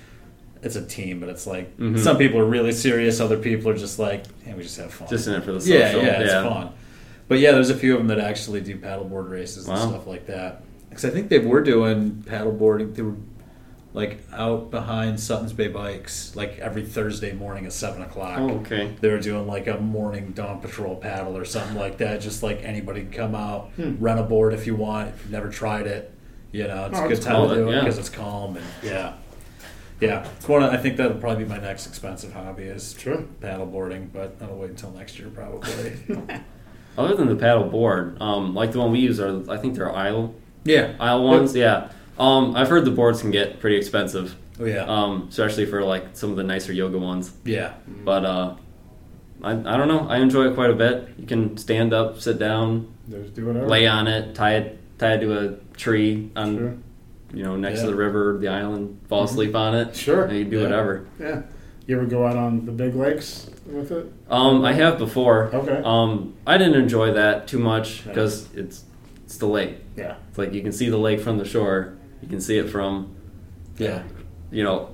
Speaker 2: it's a team, but it's like
Speaker 5: Mhm.
Speaker 2: some people are really serious, other people are just like, hey, we just have fun.
Speaker 5: Just in it for the social.
Speaker 2: yeah, yeah, it's fun. But yeah, there's a few of them that actually do paddleboard races
Speaker 5: Wow.
Speaker 2: and stuff like that. Because I think they were doing paddleboarding. They were like out behind Sutton's Bay Bikes, like every Thursday morning at seven o'clock
Speaker 5: Oh, okay.
Speaker 2: they were doing like a morning dawn patrol paddle or something like that. Just like anybody can come out,
Speaker 1: Hmm.
Speaker 2: rent a board if you want. If you've never tried it, you know it's
Speaker 1: Oh,
Speaker 2: a good
Speaker 1: it's
Speaker 2: time
Speaker 5: cool.
Speaker 2: to do it
Speaker 5: Yeah.
Speaker 2: because it's calm and yeah, yeah. It's one. Of, I think that'll probably be my next expensive hobby is
Speaker 1: Sure.
Speaker 2: paddleboarding, but I'll wait until next year probably.
Speaker 5: Other than the paddle board, um, like the one we use are I think they're aisle
Speaker 2: yeah.
Speaker 5: aisle ones. Yeah. Um, I've heard the boards can get pretty expensive.
Speaker 2: Oh yeah.
Speaker 5: um, especially for like some of the nicer yoga ones.
Speaker 2: yeah.
Speaker 5: But uh, I, I don't know. I enjoy it quite a bit. You can stand up, sit down,
Speaker 1: Just do whatever.
Speaker 5: lay on it, tie it tie it to a tree on
Speaker 1: Sure.
Speaker 5: you know next to
Speaker 2: Yeah.
Speaker 5: the river, the island, fall asleep on it.
Speaker 1: Mm-hmm. Sure.
Speaker 5: And you can do
Speaker 2: Yeah.
Speaker 5: whatever.
Speaker 1: Yeah. You ever go out on the big lakes with it?
Speaker 5: Um, I have before.
Speaker 1: Okay.
Speaker 5: Um, I didn't enjoy that too much because it's it's the lake.
Speaker 1: Yeah.
Speaker 5: It's like you can see the lake from the shore. You can see it from
Speaker 2: Yeah.
Speaker 5: you know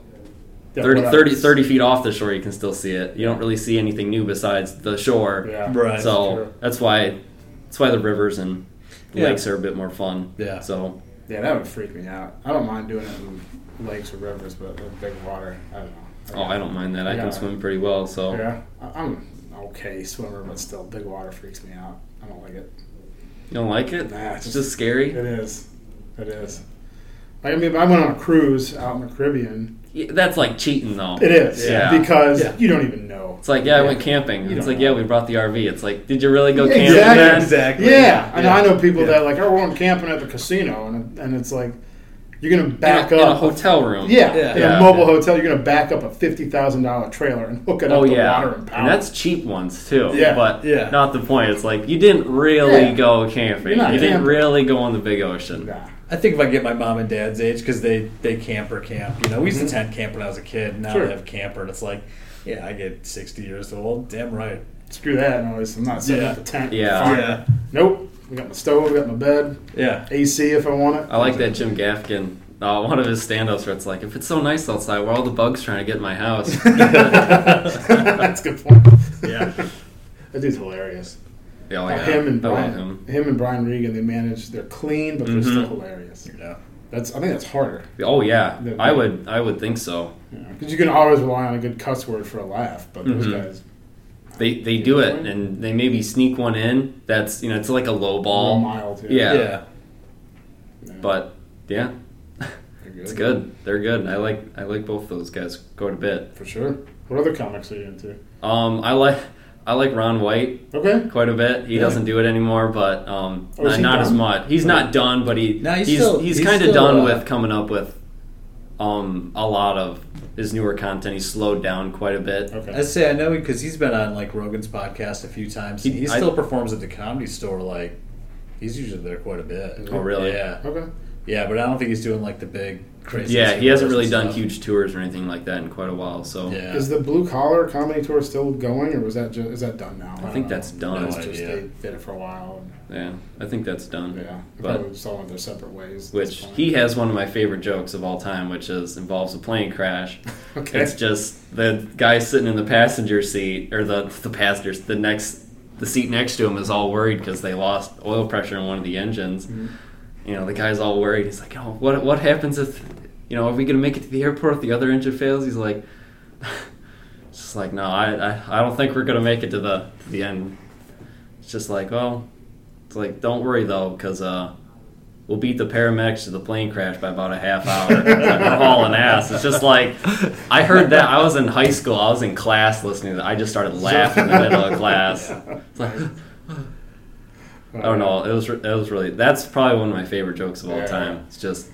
Speaker 1: Yeah,
Speaker 5: 30,
Speaker 1: what
Speaker 5: 30,
Speaker 1: else?
Speaker 5: 30 feet off the shore. You can still see it. You don't really see anything new besides the shore.
Speaker 1: Yeah.
Speaker 2: Right.
Speaker 5: so
Speaker 1: true.
Speaker 5: that's why that's why the rivers and the
Speaker 2: Yeah.
Speaker 5: lakes are a bit more fun.
Speaker 2: Yeah.
Speaker 5: So
Speaker 1: Yeah, that would freak me out. I don't mind doing it in lakes or rivers, but with big water, I don't know.
Speaker 5: oh, I don't mind that. I
Speaker 1: Yeah.
Speaker 5: can swim pretty well. So
Speaker 1: Yeah, I- I'm an okay swimmer, but still, big water freaks me out. I don't like it.
Speaker 5: you don't like it?
Speaker 1: Nah,
Speaker 5: it's
Speaker 1: it's
Speaker 5: just scary.
Speaker 1: It is. It is. Like, I mean, if I went on a cruise out in the Caribbean,
Speaker 5: Yeah, That's like cheating though.
Speaker 1: it is
Speaker 5: Yeah.
Speaker 1: because
Speaker 2: Yeah.
Speaker 1: you don't even know.
Speaker 5: It's like, yeah, I
Speaker 1: Yeah.
Speaker 5: went camping.
Speaker 1: You
Speaker 5: It's
Speaker 1: don't
Speaker 5: like,
Speaker 1: know.
Speaker 5: yeah, we brought the RV. It's like, did you really go
Speaker 1: Yeah,
Speaker 5: camping?
Speaker 1: exactly.
Speaker 5: then?
Speaker 2: Exactly.
Speaker 1: Yeah, I know. I know people
Speaker 2: Yeah.
Speaker 1: that like, oh, we're going camping at the casino, and and it's like, you're gonna
Speaker 5: In a-
Speaker 1: back
Speaker 5: in a,
Speaker 1: up.
Speaker 5: hotel room.
Speaker 1: yeah,
Speaker 2: Yeah.
Speaker 1: in
Speaker 5: Yeah.
Speaker 1: a mobile hotel, you're gonna back up a fifty thousand dollar trailer and hook it
Speaker 5: Oh
Speaker 1: up to
Speaker 5: yeah,
Speaker 1: water and power.
Speaker 5: and that's cheap ones too.
Speaker 1: Yeah.
Speaker 5: but
Speaker 2: Yeah.
Speaker 5: not the point. It's like you didn't really
Speaker 1: Yeah.
Speaker 5: go camping.
Speaker 1: You're
Speaker 5: You
Speaker 1: not
Speaker 5: didn't
Speaker 1: camping.
Speaker 5: really go on the big ocean.
Speaker 1: nah.
Speaker 2: I think if I get my mom and dad's age, because they they camper camp. You know, we used to tent camp when I was a kid. Now I
Speaker 1: Mm-hmm. Sure.
Speaker 2: they have camper, and it's like, yeah, I get sixty years old. Damn right.
Speaker 1: Screw that noise. I'm not setting
Speaker 2: Yeah.
Speaker 1: up the tent.
Speaker 5: Yeah.
Speaker 1: Fire.
Speaker 2: Yeah.
Speaker 1: Nope. We got my stove. We got my bed.
Speaker 2: Yeah.
Speaker 1: AC if I want it.
Speaker 5: I like that Jim Gaffigan. Uh, one of his stand-ups where it's like, if it's so nice outside, why are all the bugs trying to get in my house?
Speaker 1: That's a good point.
Speaker 2: Yeah.
Speaker 1: that dude's hilarious.
Speaker 5: Oh, Yeah, like,
Speaker 1: him and
Speaker 5: I
Speaker 1: Brian,
Speaker 5: love
Speaker 1: him.
Speaker 5: him. Mm-hmm.
Speaker 1: and Brian Regan, they manage. They're clean, but they're still hilarious.
Speaker 2: You know.
Speaker 1: That's I think that's harder
Speaker 5: Oh yeah,
Speaker 1: The-
Speaker 5: I would, I would think so.
Speaker 1: because you, can always rely on a good cuss word for a laugh. But those
Speaker 5: Mhm.
Speaker 1: guys,
Speaker 5: They they do it, and they maybe sneak one in. That's you know, it's like a low
Speaker 1: all
Speaker 5: ball,
Speaker 1: mild.
Speaker 5: Yeah.
Speaker 2: Yeah.
Speaker 5: but yeah,
Speaker 1: they're
Speaker 5: it's good. They're good. I like, I like both those guys quite a bit.
Speaker 1: for sure. What other comics are you into?
Speaker 5: Um, I like, I like Ron White.
Speaker 1: Okay,
Speaker 5: quite a bit. He
Speaker 2: Yeah.
Speaker 5: doesn't do it anymore, but um,
Speaker 1: Or is
Speaker 5: not,
Speaker 1: he
Speaker 5: not as
Speaker 1: done?
Speaker 5: much. He's not done, but he
Speaker 2: No, he's
Speaker 5: he's
Speaker 2: still-
Speaker 5: he's,
Speaker 2: he's
Speaker 5: kind of
Speaker 2: still,
Speaker 5: done
Speaker 2: uh,
Speaker 5: with coming up with um, a lot of his newer content. He's slowed down quite a bit.
Speaker 1: okay.
Speaker 2: I say I know because he's been on like Rogan's podcast a few times. and
Speaker 5: He-
Speaker 2: He,
Speaker 5: I-
Speaker 2: still performs at the comedy store. Like he's usually there quite a bit.
Speaker 5: Oh, really?
Speaker 2: Yeah,
Speaker 1: Okay.
Speaker 2: yeah. But I don't think he's doing like the big crazy.
Speaker 5: Yeah, he hasn't really done
Speaker 2: stuff.
Speaker 5: huge tours or anything like that in quite a while. So
Speaker 2: Yeah,
Speaker 1: Is the blue collar comedy tour still going, or was that just, is that done now?
Speaker 5: I think that's done.
Speaker 1: It's just
Speaker 2: idea.
Speaker 1: they did it for a while.
Speaker 5: yeah, I think that's done.
Speaker 1: And, yeah, they
Speaker 5: Mm-hmm. But-
Speaker 1: probably just all went their separate ways. at
Speaker 5: Which
Speaker 1: this point.
Speaker 5: he has one of my favorite jokes of all time, which is involves a plane crash.
Speaker 1: Okay.
Speaker 5: It's just the guy sitting in the passenger seat, or the the passengers, the next, the seat next to him is all worried because they lost oil pressure in one of the engines.
Speaker 1: Mm-hmm.
Speaker 5: You know, the guy's all worried. He's like, "Oh, what what happens if, you know, are we gonna make it to the airport if the other engine fails?" He's like, it's "Just like, no, I, I I don't think we're gonna make it to the the end." It's just like, well, it's like, don't worry though, because uh, we'll beat the paramedics to the plane crash by about a half hour. It's like, we're hauling ass. It's just like, I heard that. I was in high school. I was in class listening to that. I just started laughing in the middle of class. It's like, I don't know. It was, re- it was really, that's probably one of my favorite jokes of all
Speaker 1: Yeah.
Speaker 5: time. It's just,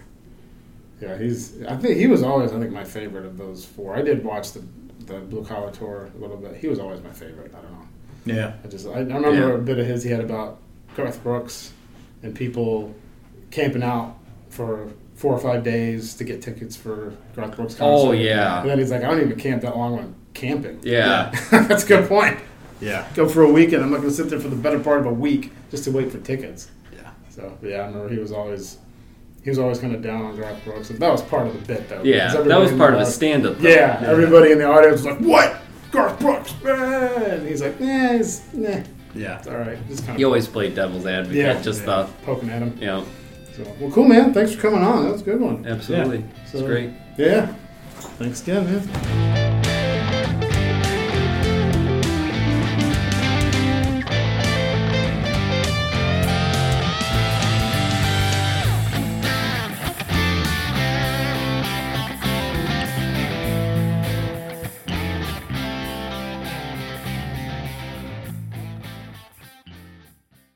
Speaker 1: Yeah, he's. I think he was always. I think my favorite of those four. I did watch the the blue collar tour a little bit. He was always my favorite. I don't know.
Speaker 2: yeah.
Speaker 1: I just. I, I remember
Speaker 5: Yeah.
Speaker 1: a bit of his. He had about Garth Brooks and people camping out for four or five days to get tickets for Garth Brooks concert.
Speaker 5: oh,
Speaker 1: And
Speaker 5: yeah. Yeah.
Speaker 1: then he's like, I don't even camp that long when I'm camping. That's a good point.
Speaker 2: Yeah.
Speaker 1: Go for a weekend. I'm not going to sit there for the better part of a week just to wait for tickets.
Speaker 2: Yeah.
Speaker 1: So yeah, I remember he was always he was always kind of down on Garth Brooks, and that was part of the bit though.
Speaker 5: Yeah,
Speaker 1: because
Speaker 5: that
Speaker 1: everybody
Speaker 5: was
Speaker 1: in
Speaker 5: part of
Speaker 1: the-
Speaker 5: his stand up.
Speaker 1: Yeah, everybody in the audience was like, "What? Garth Brooks?" Ah," And he's like, "Nah, he's nah,
Speaker 2: Yeah.
Speaker 1: it's all right." Just kind
Speaker 5: He
Speaker 1: of
Speaker 5: always played devil's advocate.
Speaker 1: Yeah.
Speaker 5: just the,
Speaker 1: poking at him.
Speaker 5: you know,
Speaker 1: So, well, cool, man. Thanks for coming on. That was a good one.
Speaker 5: absolutely. It's
Speaker 1: So-
Speaker 5: great.
Speaker 1: Yeah. Thanks again, man.